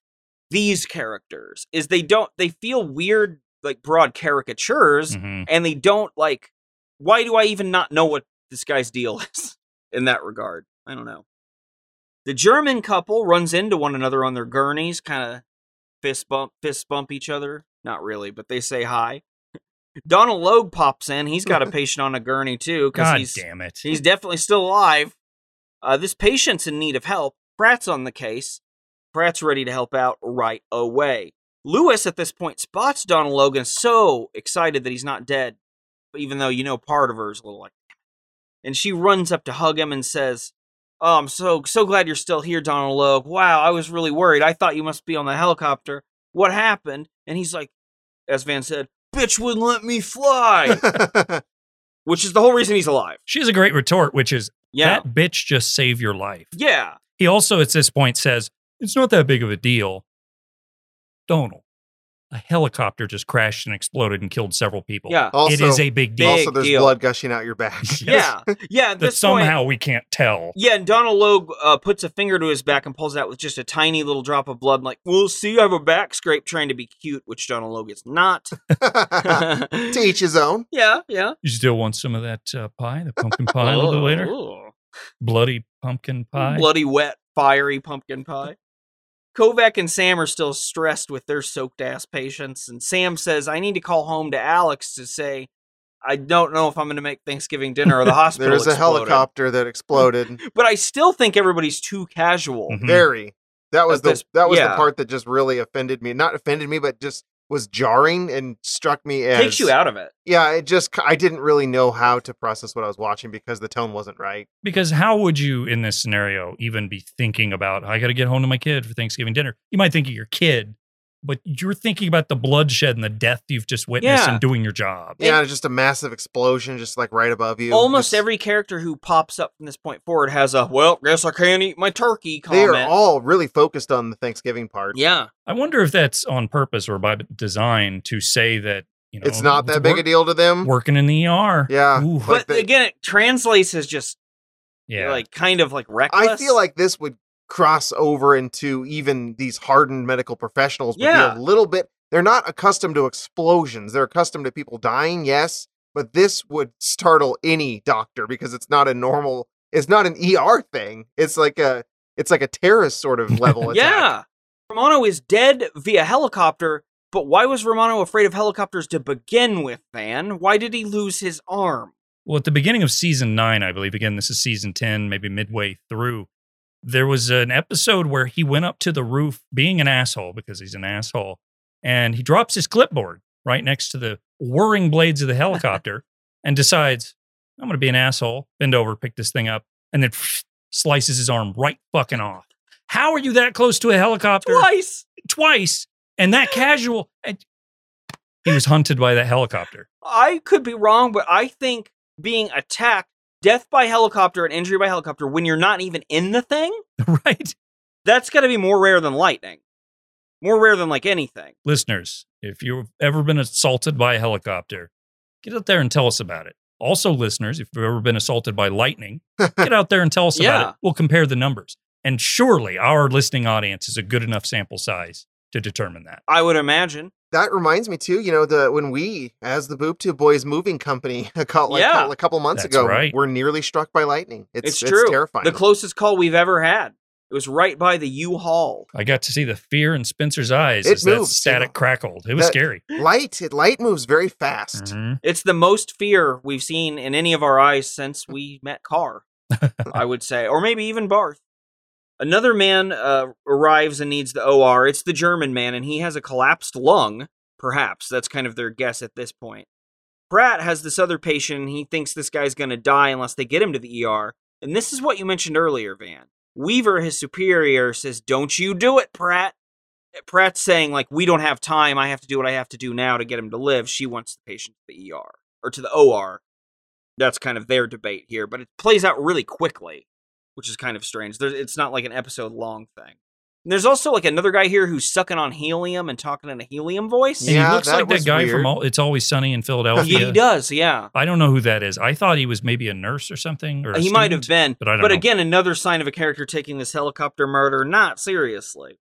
these characters is they don't they feel weird like broad caricatures, Mhm. and they don't like. Why do I even not know what this guy's deal is in that regard? I don't know. The German couple runs into one another on their gurneys, kind of fist bump, fist bump each other. Not really, but they say hi. Donald Logue pops in. He's got a patient on a gurney too, because God he's damn it! he's definitely still alive. Uh, this patient's in need of help. Pratt's on the case. Pratt's ready to help out right away. Lewis at this point spots Donald Logan so excited that he's not dead, even though you know part of her is a little like. And she runs up to hug him and says, "Oh, I'm so so glad you're still here, Donald Logue. Wow, I was really worried. I thought you must be on the helicopter. What happened?" And he's like, as Van said, "Bitch wouldn't let me fly," which is the whole reason he's alive. She has a great retort, which is Yeah, that bitch just saved your life. yeah. He also, at this point, says, It's not that big of a deal. Donald, a helicopter just crashed and exploded and killed several people. Yeah. also, it is a big deal big also there's deal. blood gushing out your back. Yes. Yeah. Yeah. At that this somehow Point, we can't tell. yeah. And Donald Logue uh, puts a finger to his back and pulls out with just a tiny little drop of blood. and like, we'll see. I have a back scrape trying to be cute, which Donald Logue is not. to each his own. yeah. Yeah. You still want some of that uh, pie, the pumpkin pie a little bit later? Ooh. Bloody pumpkin pie. Bloody wet, fiery pumpkin pie. Kovac and Sam are still stressed with their soaked ass patients, and Sam says, I need to call home to Alex to say, I don't know if I'm going to make Thanksgiving dinner or the hospital. There is a exploded." Mm. helicopter that exploded. But I still think everybody's too casual. Mhm. Very. That was At the this- that was the yeah. part that just really offended me. Not offended me, but just was jarring and struck me as Takes you out of it. Yeah, it just I didn't really know how to process what I was watching because the tone wasn't right. Because how would you, in this scenario, even be thinking about, I got to get home to my kid for Thanksgiving dinner? You might think of your kid but you're thinking about the bloodshed and the death you've just witnessed Yeah. and doing your job. Yeah, just a massive explosion, just like right above you. Almost Just- every character who pops up from this point forward has a "Well, guess I can't eat my turkey" They comment. are all really focused on the Thanksgiving part. yeah, I wonder if that's on purpose or by design to say that you know it's not that big a work- deal to them. Working in the ER, Yeah, Ooh, Like but they- again, it translates as just yeah. like kind of like reckless. I feel like this would cross over into even these hardened medical professionals. Would Yeah. be a little bit. They're not accustomed to explosions. They're accustomed to people dying, yes, but this would startle any doctor because it's not a normal. It's not an ER thing. It's like a. It's like a terrorist sort of level. attack. yeah, Romano is dead via helicopter. But why was Romano afraid of helicopters to begin with, Van? Why did he lose his arm? Well, at the beginning of season nine, I believe, again, this is season 10, maybe midway through, there was an episode where he went up to the roof being an asshole because he's an asshole and he drops his clipboard right next to the whirring blades of the helicopter and decides, I'm going to be an asshole, bend over, pick this thing up, and then slices his arm right fucking off. How are you that close to a helicopter? Twice. Twice. And that casual. And he was hunted by that helicopter. I could be wrong, but I think being attacked, death by helicopter, and injury by helicopter when you're not even in the thing, right? that's got to be more rare than lightning. More rare than like anything. listeners, if you've ever been assaulted by a helicopter, get out there and tell us about it. Also, listeners, if you've ever been assaulted by lightning, get out there and tell us Yeah. about it. We'll compare the numbers. And surely our listening audience is a good enough sample size to determine that. I would imagine. that reminds me too. You know, the when we, as the Boop Two Boys moving company, a couple, like, Yeah. a couple months That's ago, right. were nearly struck by lightning. It's, It's, true. terrifying. The closest call we've ever had. It was right by the U-Haul. I got to see the fear in Spencer's eyes It as that moves, static you know. crackled. It was That- scary. light, it light moves very fast. Mhm. It's the most fear we've seen in any of our eyes since we met Carr, I would say, or maybe even Barth. Another man uh, arrives and needs the OR. It's the German man, and he has a collapsed lung, perhaps. That's kind of their guess at this point. Pratt has this other patient, and he thinks this guy's going to die unless they get him to the ER. And this is what you mentioned earlier, Van. Weaver, his superior, says, Don't you do it, Pratt. Pratt's saying like we don't have time. I have to do what I have to do now to get him to live. She wants the patient to the ER or to the OR. That's kind of their debate here, but it plays out really quickly, which is kind of strange. There's, it's not like an episode long thing. And there's also like another guy here who's sucking on helium and talking in a helium voice. And Yeah, he looks that like was that guy weird. from all, It's Always Sunny in He, Philadelphia. he does, yeah. I don't know who that is. I thought he was maybe a nurse or something. Or a He might have been, student. but I don't know. again, another sign of a character taking this helicopter murder not seriously.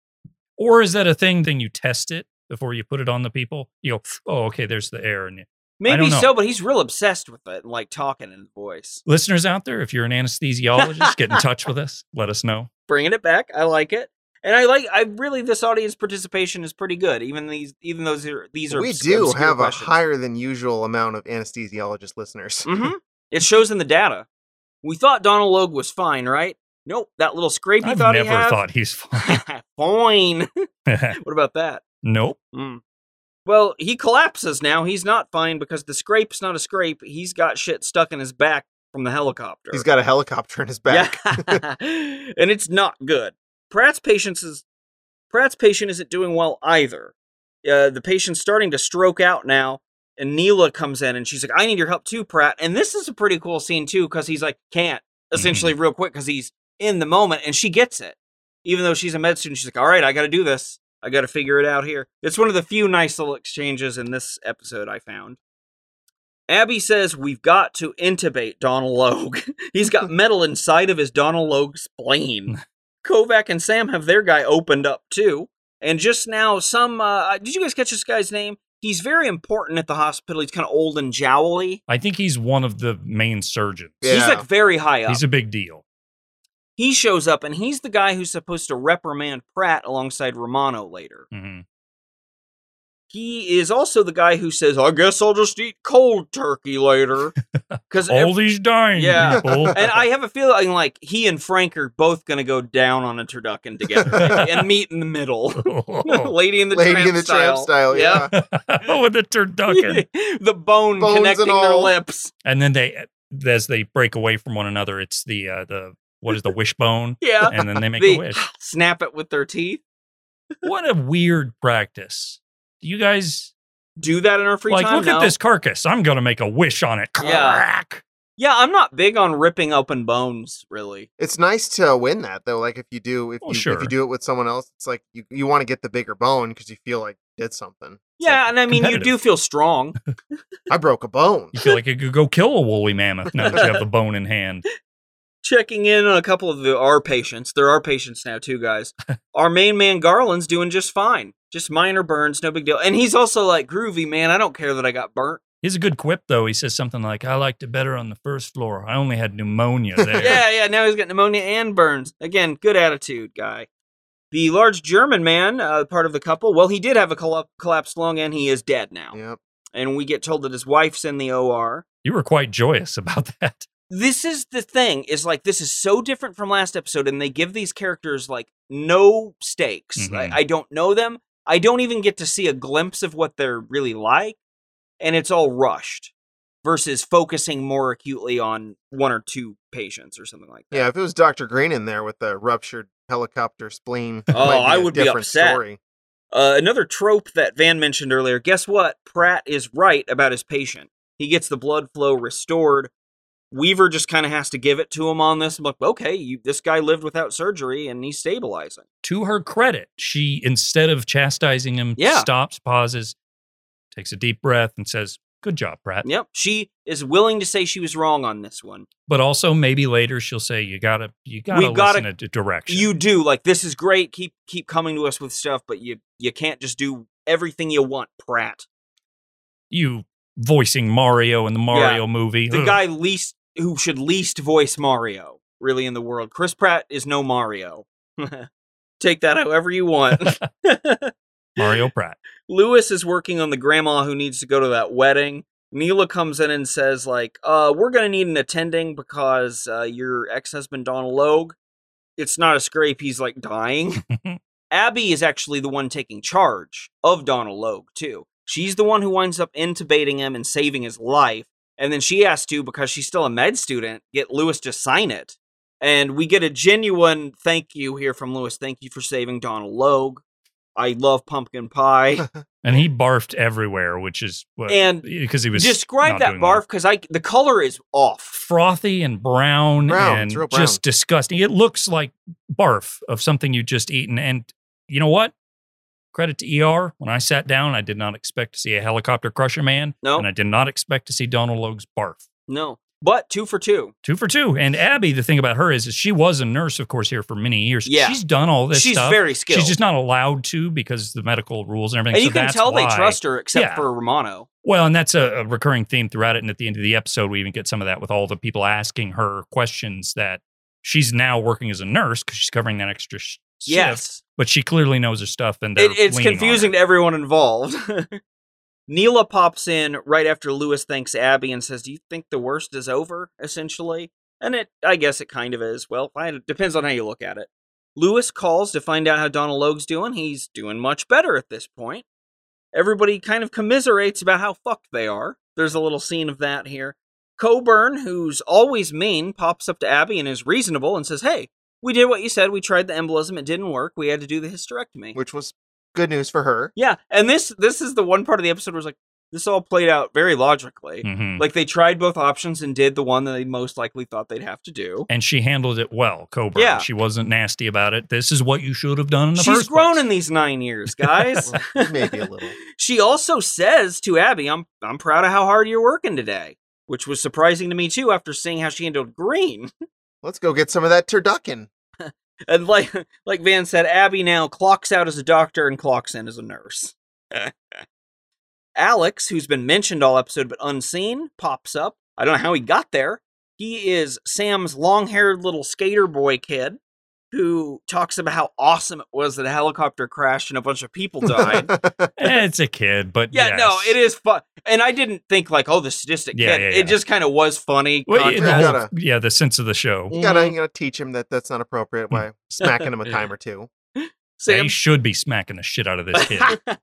Or is that a thing? Then you test it before you put it on the people. You go, oh, okay, there's the air. And you, Maybe don't know. so, but he's real obsessed with it, and like talking in voice, listeners out there, if you're an anesthesiologist, get in touch with us. Let us know. bringing it back. I like it, and I like. I really this audience participation is pretty good. Even these, even those are these are we obs- do obscure have questions. a higher than usual amount of anesthesiologist listeners. Mhm. It shows in the data. We thought Donald Logue was fine, right? Nope, that little scrape you I've thought never he had. thought he's fine. fine. what about that? nope. Mm. Well, he collapses now. He's not fine because the scrape's not a scrape. He's got shit stuck in his back from the helicopter. He's got a helicopter in his back. Yeah. and it's not good. Pratt's patient is Pratt's patient isn't doing well either. Uh, the patient's starting to stroke out now, and Neela comes in and she's like, "I need your help too, Pratt." And this is a pretty cool scene too because he's like, "Can't," essentially real quick because he's in the moment, and she gets it. Even though she's a med student, she's like, "All right, I got to do this. I got to figure it out here." It's one of the few nice little exchanges in this episode I found. Abby says we've got to intubate Donald Logue. He's got metal inside of his Donald Logue spleen. Kovac and Sam have their guy opened up too. And just now, some uh, did you guys catch this guy's name? He's very important at the hospital. He's kind of old and jowly. I think he's one of the main surgeons. He's Yeah. like very high up. He's a big deal. he shows up, and he's the guy who's supposed to reprimand Pratt alongside Romano later. Mhm. He is also the guy who says, "I guess I'll just eat cold turkey later," because All these dying Yeah. people. and I have a feeling like he and Frank are both going to go down on a turducken together maybe, and meet in the middle. Lady in the Oh. Lady tramp in the style. tramp style. Yeah. with a turducken. the bone Bones and connecting their all. lips. and then they, as they break away from one another, it's the uh, the what is the wishbone, Yeah. and then they make They a wish. snap it with their teeth. What a weird practice. Do you guys Do that in our free like time. look No. at this carcass? I'm gonna make a wish on it. Yeah. Crack. Yeah, I'm not big on ripping open bones, really. It's nice to win that though. Like if you do, if Well, you if Oh, sure. you do it with someone else, it's like you, you want to get the bigger bone because you feel like you did something. It's Yeah, and I mean, you do competitive. feel strong. like, I broke a bone. You feel like you could go kill a woolly mammoth now that you have the bone in hand. Checking in on a couple of the, our patients. There are patients now, too, guys. our main man, Garland's doing just fine. Just minor burns, no big deal. And he's also like, groovy, man, I don't care that I got burnt. He's a good quip though. He says something like, "I liked it better on the first floor. I only had pneumonia there." yeah, yeah, now he's got pneumonia and burns. Again, good attitude, guy. The large German man, uh, part of the couple, well, he did have a colla- collapsed lung and he is dead now. Yep. And we get told that his wife's in the OR. You were quite joyous about that. this is the thing is like this is so different from last episode and they give these characters like no stakes Mhm. I, I don't know them i don't even get to see a glimpse of what they're really like and it's all rushed versus focusing more acutely on one or two patients or something like that Yeah, if it was Doctor Green in there with the ruptured helicopter spleen, it Oh, might I a would be different upset. Story. uh, another trope that van mentioned earlier guess what pratt is right about his patient he gets the blood flow restored weaver just kind of has to give it to him on this I'm like okay you, this guy lived without surgery and he's stabilizing to her credit, she instead of chastising him, Yeah. stops, pauses, takes a deep breath, and says, "Good job, Pratt." Yep, she is willing to say she was wrong on this one. But also, maybe later she'll say, "You gotta, you gotta We gotta- listen to d- direction." You do like this is great. Keep keep coming to us with stuff, but you you can't just do everything you want, Pratt. you voicing Mario in the Mario movie. The Ugh. guy least who should least voice Mario really in the world. Chris Pratt is no Mario. Take that however you want. Mario Pratt. Lewis is working on the grandma who needs to go to that wedding. Neela comes in and says, like, uh, we're going to need an attending because uh, your ex husband, Donald Logue, it's not a scrape. He's like dying. Abby is actually the one taking charge of Donald Logue, too. She's the one who winds up intubating him and saving his life. And then she has to, because she's still a med student, get Lewis to sign it. And we get a genuine thank you here from Lewis. Thank you for saving Donald Logue. I love pumpkin pie. And he barfed everywhere, which is what, And because he was describe not that doing well. barf because I the color is off. frothy and brown, Brown, and it's real brown. just disgusting. It looks like barf of something you just eaten. And you know what? Credit to ER. When I sat down, I did not expect to see a helicopter crusher man, No. and I did not expect to see Donald Logue's barf. No, but two for two. Two for two. And Abby, the thing about her is, is she was a nurse, of course, here for many years. Yeah. she's done all this. She's stuff. very skilled. She's just not allowed to because the medical rules and everything. and So you can that's tell they why- trust her, except Yeah. for Romano. Well, and that's a, a recurring theme throughout it. And at the end of the episode, we even get some of that with all the people asking her questions that she's now working as a nurse because she's covering that extra sh- shift. Yes, But she clearly knows her stuff. And it, they're it's leaning on confusing her. to everyone involved. Neela pops in right after Lewis thanks Abby and says, "Do you think the worst is over?" Essentially, and it I guess it kind of is. Well, I, it depends on how you look at it. Lewis calls to find out how Donald Logue's doing. He's doing much better at this point. Everybody kind of commiserates about how fucked they are. There's a little scene of that here. Coburn, who's always mean, pops up to Abby and is reasonable and says, Hey, we did what you said. We tried the embolism. It didn't work. We had to do the hysterectomy. Which was good news for her. yeah. And this this is the one part of the episode where it's like, this all played out very logically. Mhm. Like they tried both options and did the one that they most likely thought they'd have to do. And she handled it well, Cobra. Yeah. She wasn't nasty about it. This is what you should have done in the She's first grown place. in these nine years, guys. Maybe a little. She also says to Abby, "I'm I'm proud of how hard you're working today," which was surprising to me too after seeing how she handled Green. Let's go get some of that turducken. And like like Van said, Abby now clocks out as a doctor and clocks in as a nurse. Alex, who's been mentioned all episode but unseen, pops up. I don't know how he got there. He is Sam's long-haired little skater boy kid who talks about how awesome it was that a helicopter crashed and a bunch of people died. Eh, it's a kid, but Yeah, no, yes. it is fun, and I didn't think like, oh, the sadistic Yeah, kid. yeah, yeah. It just kind of was funny. Well, yeah, contra- the whole- Gotta- yeah, the sense of the show. you gotta you gotta teach him that that's not appropriate by smacking him a time or two. They Sam, should be smacking the shit out of this kid.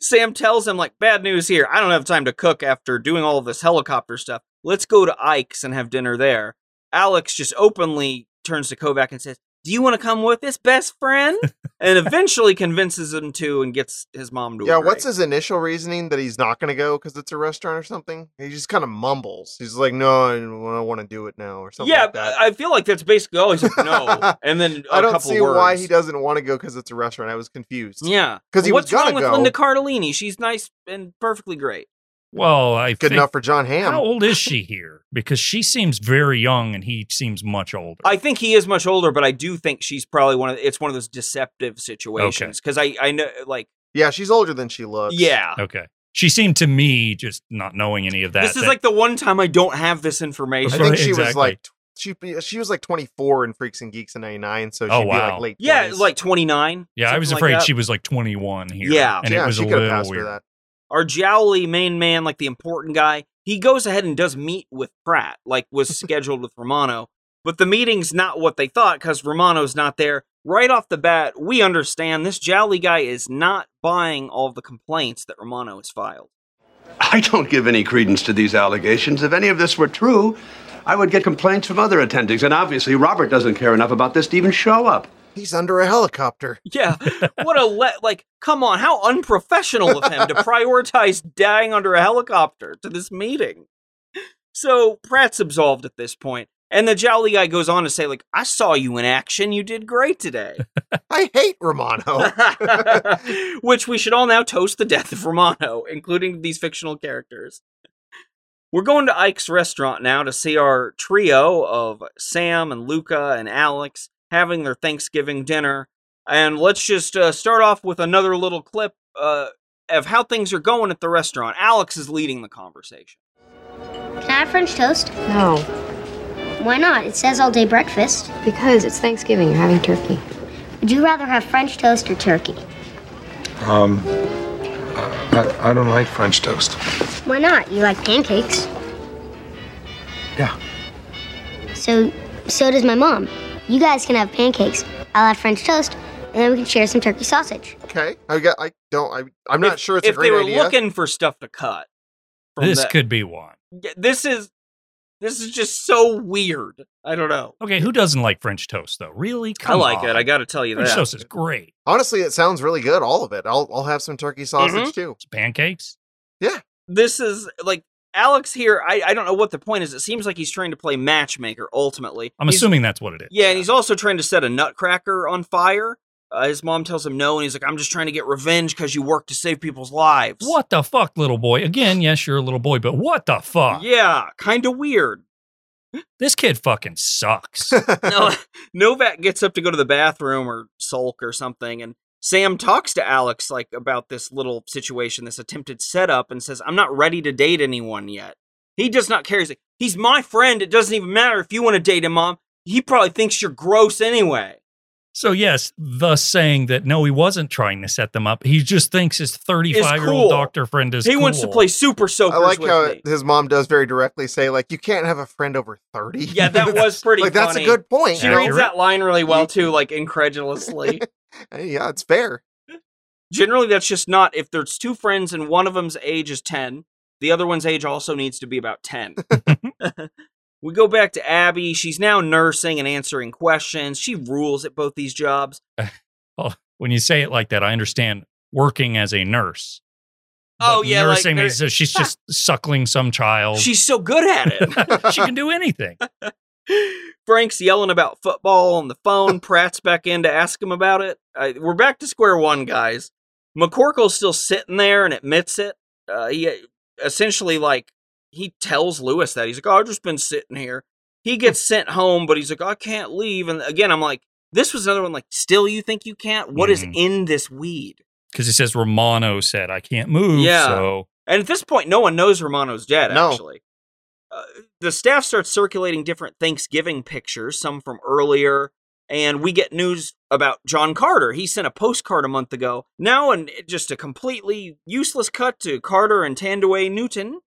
Sam tells him like, bad news here. I don't have time to cook after doing all of this helicopter stuff. Let's go to Ike's and have dinner there. Alex just openly turns to Kovac and says, Do you want to come with us, best friend? and eventually convinces him to and gets his mom to Yeah, what's agree. his initial reasoning that he's not going to go because it's a restaurant or something? He just kind of mumbles. He's like, "No, I don't want to do it now," or something. Yeah, like that. I feel like that's basically all he's like, no. and then I I don't couple see why words. he doesn't want to go because it's a restaurant. I was confused. Yeah, 'Cause he was what's gonna wrong with go. Linda Cardellini? She's nice and perfectly great. Well, I Good think- enough for John Hamm. How old is she here? Because she seems very young, and he seems much older. I think he is much older, but I do think she's probably one of it's one of those deceptive situations because I I know like Yeah, she's older than she looks. yeah. okay, she seemed to me just not knowing any of that. Uh, This is that- like the one time I don't have this I information. think Right, she was exactly. like tw- she she was like 24 in Freaks and Geeks in '99, so she'd Oh, be wow. like late. yeah, 20s. like 29. yeah, I was something like afraid that. she was like 21 here. Yeah. and yeah, it was she a could little have passed weird. for that. our Jowly main man, like the important guy, he goes ahead and does meet with Pratt, like was scheduled with Romano. But the meeting's not what they thought because Romano's not there. Right off the bat, we understand this Jowly guy is not buying all the complaints that Romano has filed. I don't give any credence to these allegations. If any of this were true, I would get complaints from other attendings. And obviously, Robert doesn't care enough about this to even show up. He's under a helicopter. Yeah, what a le- like! Come on, how unprofessional of him to prioritize dying under a helicopter to this meeting. So Pratt's absolved at this point, and the Jowly guy goes on to say, "Like I saw you in action. You did great today." I hate Romano. Which we should all now toast the death of Romano, including these fictional characters. We're going to Ike's restaurant now to see our trio of Sam and Luca and Alex having their Thanksgiving dinner. And let's just uh, start off with another little clip uh, of how things are going at the restaurant. Alex is leading the conversation. Can I have French toast? No, Why not? It says all day breakfast. because it's Thanksgiving. You're having turkey. Would you rather have French toast or turkey? Um, I, I don't like French toast. Why not? You like pancakes. Yeah. So, so does my mom. You guys can have pancakes. I'll have French toast, and then we can share some turkey sausage. okay, I got. I don't. I, I'm not If- sure it's if a great they were idea. looking for stuff to cut. from This that- could be one. Yeah, this is this is just so weird. I don't know. Okay, who doesn't like French toast though? Really? I Come like on. it. I got to tell you French that. toast is great. Honestly, it sounds really good. All of it. I'll I'll have some turkey sausage Mhm. too. It's pancakes. this is like Alex here. I, I don't know what the point is. It seems like he's trying to play matchmaker ultimately. I'm He's- assuming that's what it is. Yeah, and he's also trying to set a nutcracker on fire. Uh, his mom tells him no, and he's like, "I'm just trying to get revenge because you work to save people's lives." What the fuck, little boy? Again, yes, you're a little boy, but what the fuck? Yeah, kind of weird. This kid fucking sucks. no, Novak gets up to go to the bathroom or sulk or something, and Sam talks to Alex like about this little situation, this attempted setup, and says, "I'm not ready to date anyone yet." He does not care. He's like, "He's my friend. It doesn't even matter if you want to date him, mom. He probably thinks you're gross anyway." So yes, thus saying that no, he wasn't trying to set them up. He just thinks his cool. thirty-five-year-old doctor friend is. he wants to cool. play super soakers I like with how me. his mom does very directly say like you can't have a friend over 30. Yeah, that was pretty. like that's a funny. good point. She you know? reads that line really well too, like incredulously. Hey, Yeah, it's fair. generally that's just not if there's two friends and one of them's age is 10 the other one's age also needs to be about 10 we go back to abby she's now nursing and answering questions she rules at both these jobs When you say it like that, I understand working as a nurse. Oh, But yeah, like nursing they're- is she's just suckling some child. she's so good at it she can do anything. frank's yelling about football on the phone pratt's back in to ask him about it I, we're back to square one guys mccorkle's still sitting there and admits it uh, he essentially like he tells Lewis that he's like, oh, I've just been sitting here. He gets sent home, but he's like, I can't leave. And again, I'm like, this was another one like, still you think you can't? What is Mhm. in this weed? Because he says Romano said I can't move. Yeah. So And at this point, no one knows Romano's dead. No. Actually, uh, the staff starts circulating different Thanksgiving pictures, some from earlier, and we get news about John Carter. He sent a postcard a month ago. Now, and just a completely useless cut to Carter and Tandaway Newton.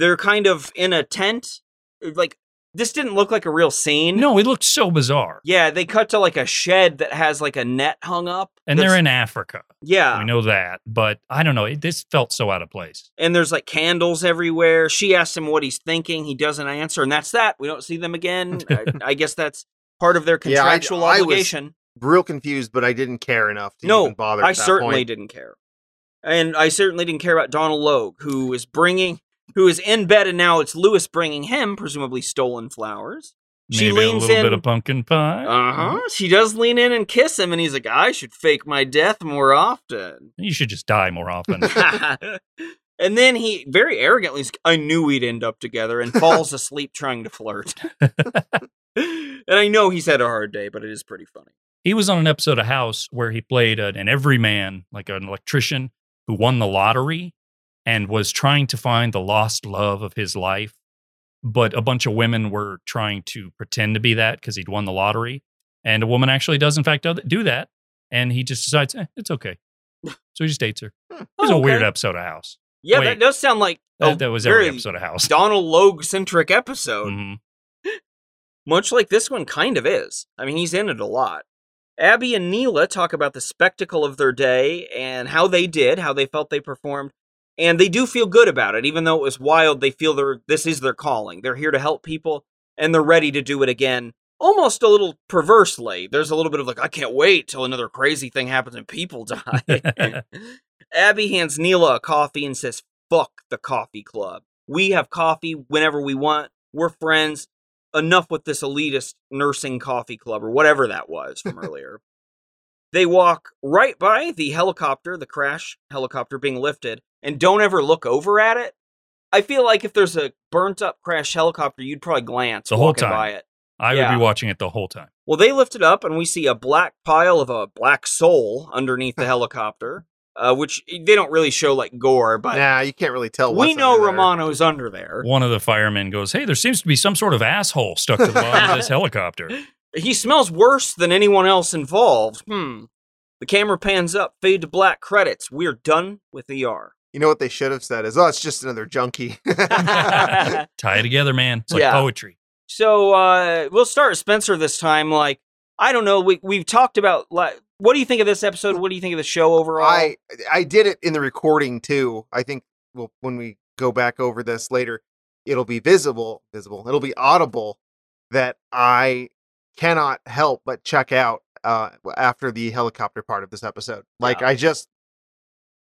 They're kind of in a tent. Like this didn't look like a real scene. no, it looks so bizarre. Yeah, they cut to like a shed that has like a net hung up, And that's- they're in Africa. yeah, we know that, but I don't know. It, this felt so out of place. and there's like candles everywhere. She asks him what he's thinking. He doesn't answer, and that's that. We don't see them again. I, I guess that's part of their Yeah, I- contractual I was obligation. real confused, but I didn't care enough to no, even bother. I at that certainly point. didn't care, and I certainly didn't care about Donald Logue, who is bringing, who is in bed, and now it's Lewis bringing him presumably stolen flowers. Maybe a little bit of pumpkin pie. Uh Mm-hmm. huh. She does lean in and kiss him, and he's like, "I should fake my death more often." You should just die more often. and then he very arrogantly, is, "I knew we'd end up together," and falls asleep trying to flirt. and I know he's had a hard day, but it is pretty funny. he was on an episode of House where he played an, an everyman, like an electrician who won the lottery and was trying to find the lost love of his life. But a bunch of women were trying to pretend to be that because he'd won the lottery. And a woman actually does, in fact, do- do that. And he just decides, eh, it's okay. So he just dates her. It was a weird Hmm. Oh, okay. episode of House. Yeah, Wait, that does sound like that- a that was every very episode of House. Donald Logue centric episode. Mhm. Much like this one kind of is. I mean, he's in it a lot. Abby and Neela talk about the spectacle of their day and how they did, how they felt they performed, and they do feel good about it. Even though it was wild, they feel they're this is their calling. They're here to help people, and they're ready to do it again. Almost a little perversely. There's a little bit of like, I can't wait till another crazy thing happens and people die. Abby hands Neela a coffee and says, Fuck the coffee club. We have coffee whenever we want. We're friends. Enough with this elitist nursing coffee club or whatever that was from earlier. They walk right by the helicopter, the crash helicopter being lifted, and don't ever look over at it. I feel like if there's a burnt up crash helicopter, you'd probably glance The whole walking time. by it. I Yeah. would be watching it the whole time. Well, they lift it up, and we see a black pile of a black soul underneath the helicopter, uh, which they don't really show like gore, but Nah, you can't really tell. we what's know under there. Romano's under there. One of the firemen goes, Hey, there seems to be some sort of asshole stuck to the bottom of this helicopter. He smells worse than anyone else involved. Hmm. The camera pans up, fade to black credits. We're done with ER. You know what they should have said is, "Oh, it's just another junkie." Tie it together, man. It's like Yeah. poetry. So uh, we'll start with Spencer this time. Like, I don't know. We, we've talked about, like, what do you think of this episode? What do you think of the show overall? I I did it in the recording too. I think we'll, when we go back over this later, it'll be visible, visible. It'll be audible that I cannot help but check out uh, after the helicopter part of this episode. Like I just,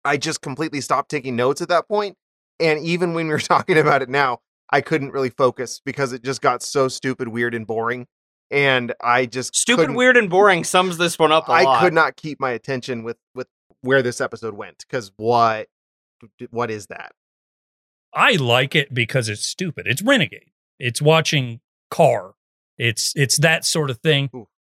I just completely stopped taking notes at that point, and even when we were talking about it now, I couldn't really focus because it just got so stupid, weird, and boring. And I just Stupid, couldn't- weird, and boring sums this one up a I lot. could not keep my attention with with where this episode went because what what is that? I like it because it's stupid. It's renegade. It's watching car. It's it's that sort of thing.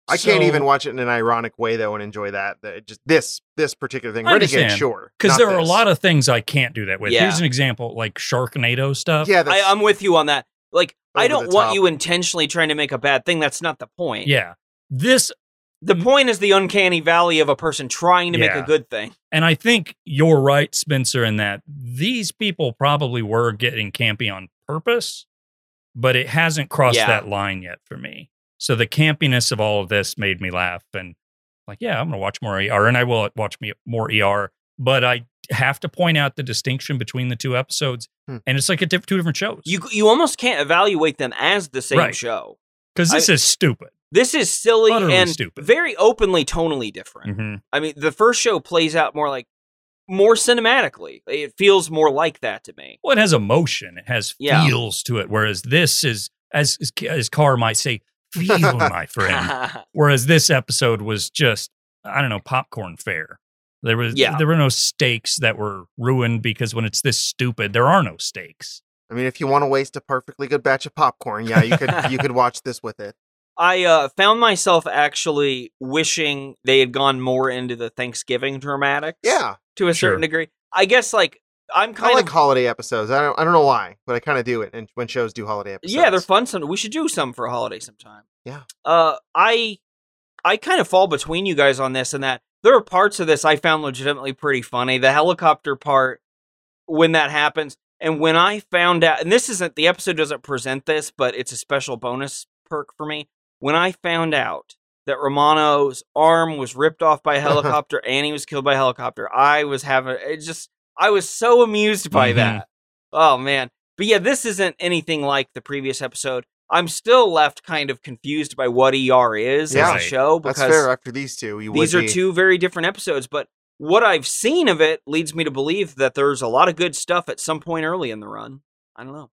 I can't So- even watch it in an ironic way though and enjoy that. That- Just this this particular thing. I Renegade, understand. sure, not Because there are a this. lot of things I can't do that with. Yeah. Here's an example, like Sharknado stuff. Yeah, I, um that's, I'm with you on that. Like, I Over don't the want top. you intentionally trying to make a bad thing. That's not the point. Yeah. This The point is the uncanny valley of a person trying to make Yeah. a good thing. and I think you're right, Spencer, in that these people probably were getting campy on purpose, but it hasn't crossed Yeah. that line yet for me. So the campiness of all of this made me laugh and like, yeah, I'm gonna watch more ER and I will watch me more ER. But I have to point out the distinction between the two episodes. Hmm. And it's like a diff- two different shows. You you almost can't evaluate them as the same Right. show. Because this I- is stupid. This is silly Utterly and stupid. very openly tonally different. Mhm. I mean, the first show plays out more like more cinematically. It feels more like that to me. Well, it has emotion. It has Yeah. feels to it. Whereas this is, as as, as Carr might say, feel, my friend. Whereas this episode was just, I don't know, popcorn fare. There was, Yeah. there were no stakes that were ruined because when it's this stupid, there are no stakes. I mean, if you want to waste a perfectly good batch of popcorn, yeah, you could you could watch this with it. I uh, found myself actually wishing they had gone more into the Thanksgiving dramatics. Yeah, to a Sure. certain degree. I guess like I'm I kind like of holiday episodes. I don't I don't know why, but I kind of do it. And when shows do holiday episodes, yeah, they're fun. Some we should do some for a holiday sometime. Yeah. Uh, I I kind of fall between you guys on this and that. There are parts of this I found legitimately pretty funny. The helicopter part when that happens, and when I found out, and this isn't the episode doesn't present this, but it's a special bonus perk for me. When I found out that Romano's arm was ripped off by a helicopter and he was killed by a helicopter, I was having it just I was so amused by Mm-hmm. Mhm. that. Oh man. But yeah, this isn't anything like the previous episode. I'm still left kind of confused by what ER is Yeah. as a show That's because fair. After these two, you these would are be- two very different episodes, but what I've seen of it leads me to believe that there's a lot of good stuff at some point early in the run. I don't know.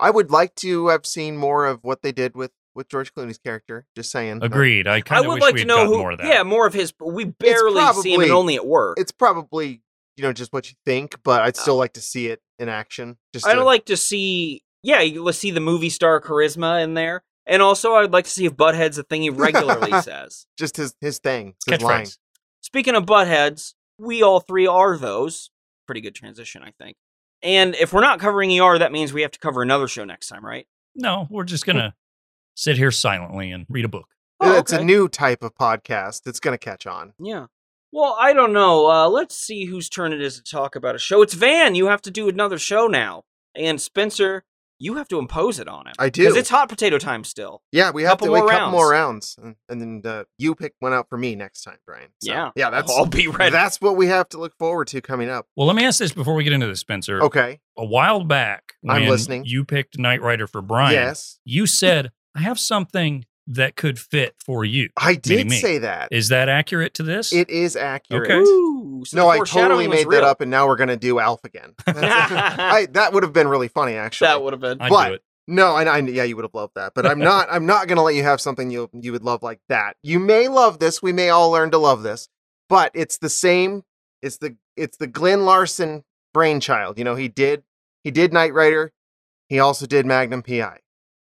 I would like to have seen more of what they did with with George Clooney's character. Just saying. but- Agreed. I kind Mm-hmm. I of would wish like we to had know gotten who. more of that. Yeah, more of his. We barely see him, and probably- only at work. It's probably you know just what you think, but I'd still like to see it in action. Just I'd to- like to see. Yeah, you- let's see the movie star charisma in there, and also I'd like to see if Butthead's a thing he regularly says. just his his thing. His line. Catchphrase. Speaking of Buttheads, we all three are those. Pretty good transition, I think. And if we're not covering ER, that means we have to cover another show next time, right? No, we're just Hmm. gonna sit here silently and read a book. Oh, it's okay. a new type of podcast. It's gonna catch on. Yeah. Well, I don't know. Uh, let's see whose turn it is to talk about a show. It's Van. You have to do another show now, and Spencer, you have to impose it on him. I do. because it's hot potato time still. Yeah, we have Couple to wait a more couple more rounds, and, and then uh, you pick one out for me next time, Brian. So, Yeah. yeah, that's I'll be ready. That's what we have to look forward to coming up. Well, let me ask this before we get into this, Spencer. Okay, A while back, I'm when listening. You picked Knight Rider for Brian. Yes. You said I have something that could fit for you. I meaning did me. say that. Is that accurate to this? It is accurate. Okay. Ooh, so no, the I totally foreshadowing was made real. that up, and now we're gonna do Alf again. I, that would have been really funny, actually. that would have been. I'd but- do it. No, I, I yeah, you would have loved that, but I'm not. I'm not going to let you have something you you would love like that. You may love this. We may all learn to love this, but it's the same. It's the it's the Glenn Larson brainchild. You know, he did he did Knight Rider. He also did Magnum PI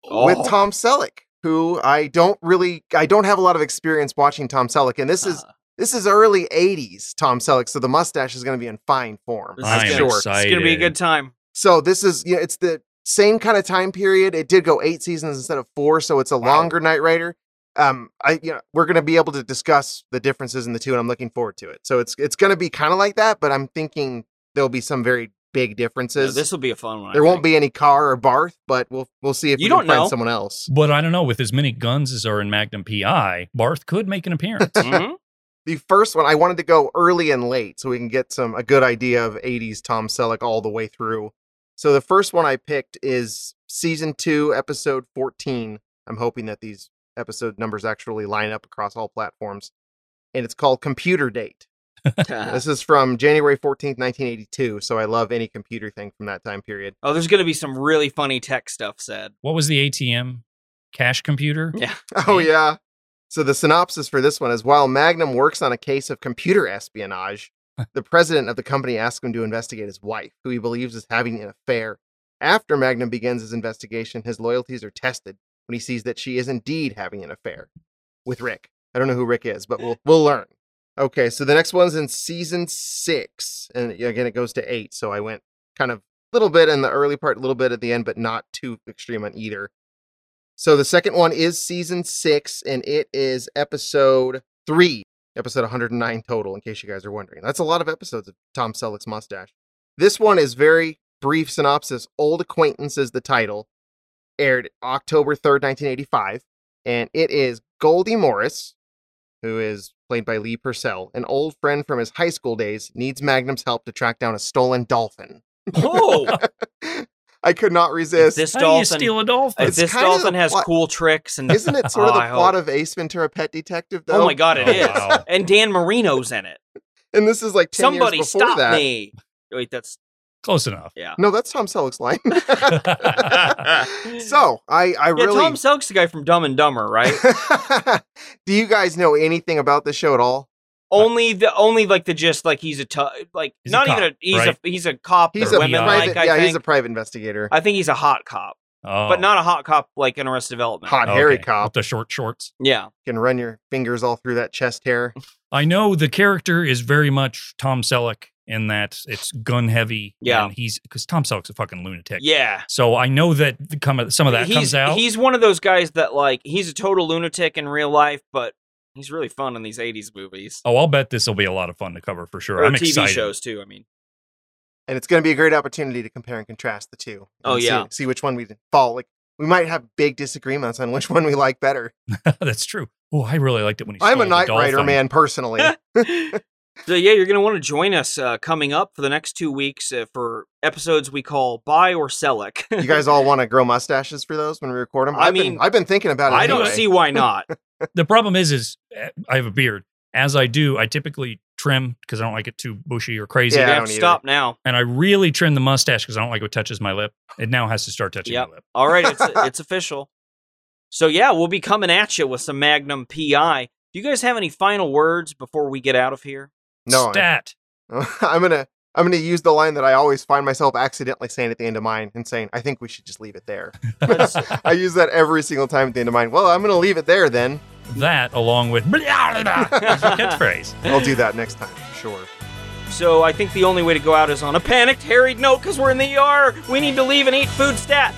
Oh. with Tom Selleck, who I don't really I don't have a lot of experience watching Tom Selleck, and this Uh. is. This is early '80s Tom Selleck, so the mustache is going to be in fine form. This is I I'm am sure. It's gonna be a excited. good time. So this is yeah, it's the same kind of time period. It did go eight seasons instead of four, so it's a longer Night Rider. Um, I you know we're gonna be able to discuss the differences in the two, and I'm looking forward to it. So it's it's gonna be kind of like that, but I'm thinking there'll be some very big Yeah, differences. this will be a fun one. I there won't think. be any car or Barth, but we'll we'll see if You we don't can find know. someone else. But I don't know. With as many guns as are in Magnum PI, Barth could make an appearance. Mhm. The first one I wanted to go early and late so we can get some a good idea of 80s Tom Selleck all the way through. So the first one I picked is season 2 episode 14. I'm hoping that these episode numbers actually line up across all platforms. And it's called Computer Date. Ah. This is from January 14th, 1982, so I love any computer thing from that time period. oh, there's gonna be some really funny tech stuff said. what was the ATM? Cash computer? Yeah. Oh yeah. So the synopsis for this one is while Magnum works on a case of computer espionage, the president of the company asks him to investigate his wife, who he believes is having an affair. After Magnum begins his investigation, his loyalties are tested when he sees that she is indeed having an affair with Rick. I don't know who Rick is, but we'll we'll learn. Okay, so the next one's in season six, and again it goes to eight. So I went kind of a little bit in the early part, a little bit at the end, but not too extreme on either. So the second one is season six, and it is episode three, episode 109 total, in case you guys are wondering. That's a lot of episodes of Tom Selleck's mustache. This one is very brief synopsis. Old Acquaintance is the title, aired October 3rd, 1985, and it is Goldie Morris, who is played by Lee Purcell, an old friend from his high school days, needs Magnum's help to track down a stolen dolphin. Oh, I could not if resist. this How do you dolphin. steal a dolphin? if It's this kind of the dolphin has plot- cool tricks and Isn't it sort Oh, of I the hope- plot of Ace Ventura: Pet Detective? Though? Oh my god, it Oh, is. wow. And Dan Marino's in it. And this is like ten Somebody years before stop that. me. Wait, that's Close enough. No, that's Tom Selleck's line. so I, I yeah. really. Tom Selleck's the guy from Dumb and Dumber, right? Do you guys know anything about this show at all? only the only like the gist, like he's a tu- like He's a not even cop, a he's right? a he's a cop. He's for a women, private. like, I yeah, think. he's a private investigator. I think he's a hot cop, Oh. but not a hot cop like in Arrested Development. Hot Okay. hairy With cop the short shorts. Yeah. can run your fingers all through that chest hair. I know the character is very much Tom Selleck in that it's gun heavy. Yeah. and he's because Tom Selleck's a fucking lunatic. Yeah. So I know that the come some of that he's, comes out. He's one of those guys that like he's a total lunatic in real life, but he's really fun in these '80s movies oh, I'll bet this will be a lot of fun to cover for sure. or I'm TV excited. shows too. I mean, And it's going to be a great opportunity to compare and contrast the two. Oh, and see- yeah. see which one we fall. Like we might have big disagreements on which one we like better. That's true. Oh, I really liked it when he. I'm stole a the Knight Rider dolphin. man personally. So yeah, you're going to want to join us uh, coming up for the next two weeks uh, for episodes we call "Buy or Selleck." You guys all want to grow mustaches for those when we record them? I I've been, mean, I've been thinking about it. I don't anyway. see why not. the problem is, is uh, I have a beard. As I do, I typically trim because I don't like it too bushy or crazy. Yeah, I don't either. Stop now. And I really trim the mustache because I don't like what touches my lip. It now has to start touching Yep. my lip. All right, it's it's official. So yeah, we'll be coming at you with some Magnum PI. Do you guys have any final words before we get out of here? No, I- Stat. I'm gonna I'm gonna use the line that I always find myself accidentally saying at the end of mine and saying, I think we should just leave it there. I use that every single time at the end of mine. Well, I'm gonna leave it there then. That along with blah, blah, blah, is your catchphrase. I'll do that next time, sure. E So I think the only way to go out is on a panicked, harried note because we're in the ER. We need to leave and eat food stat.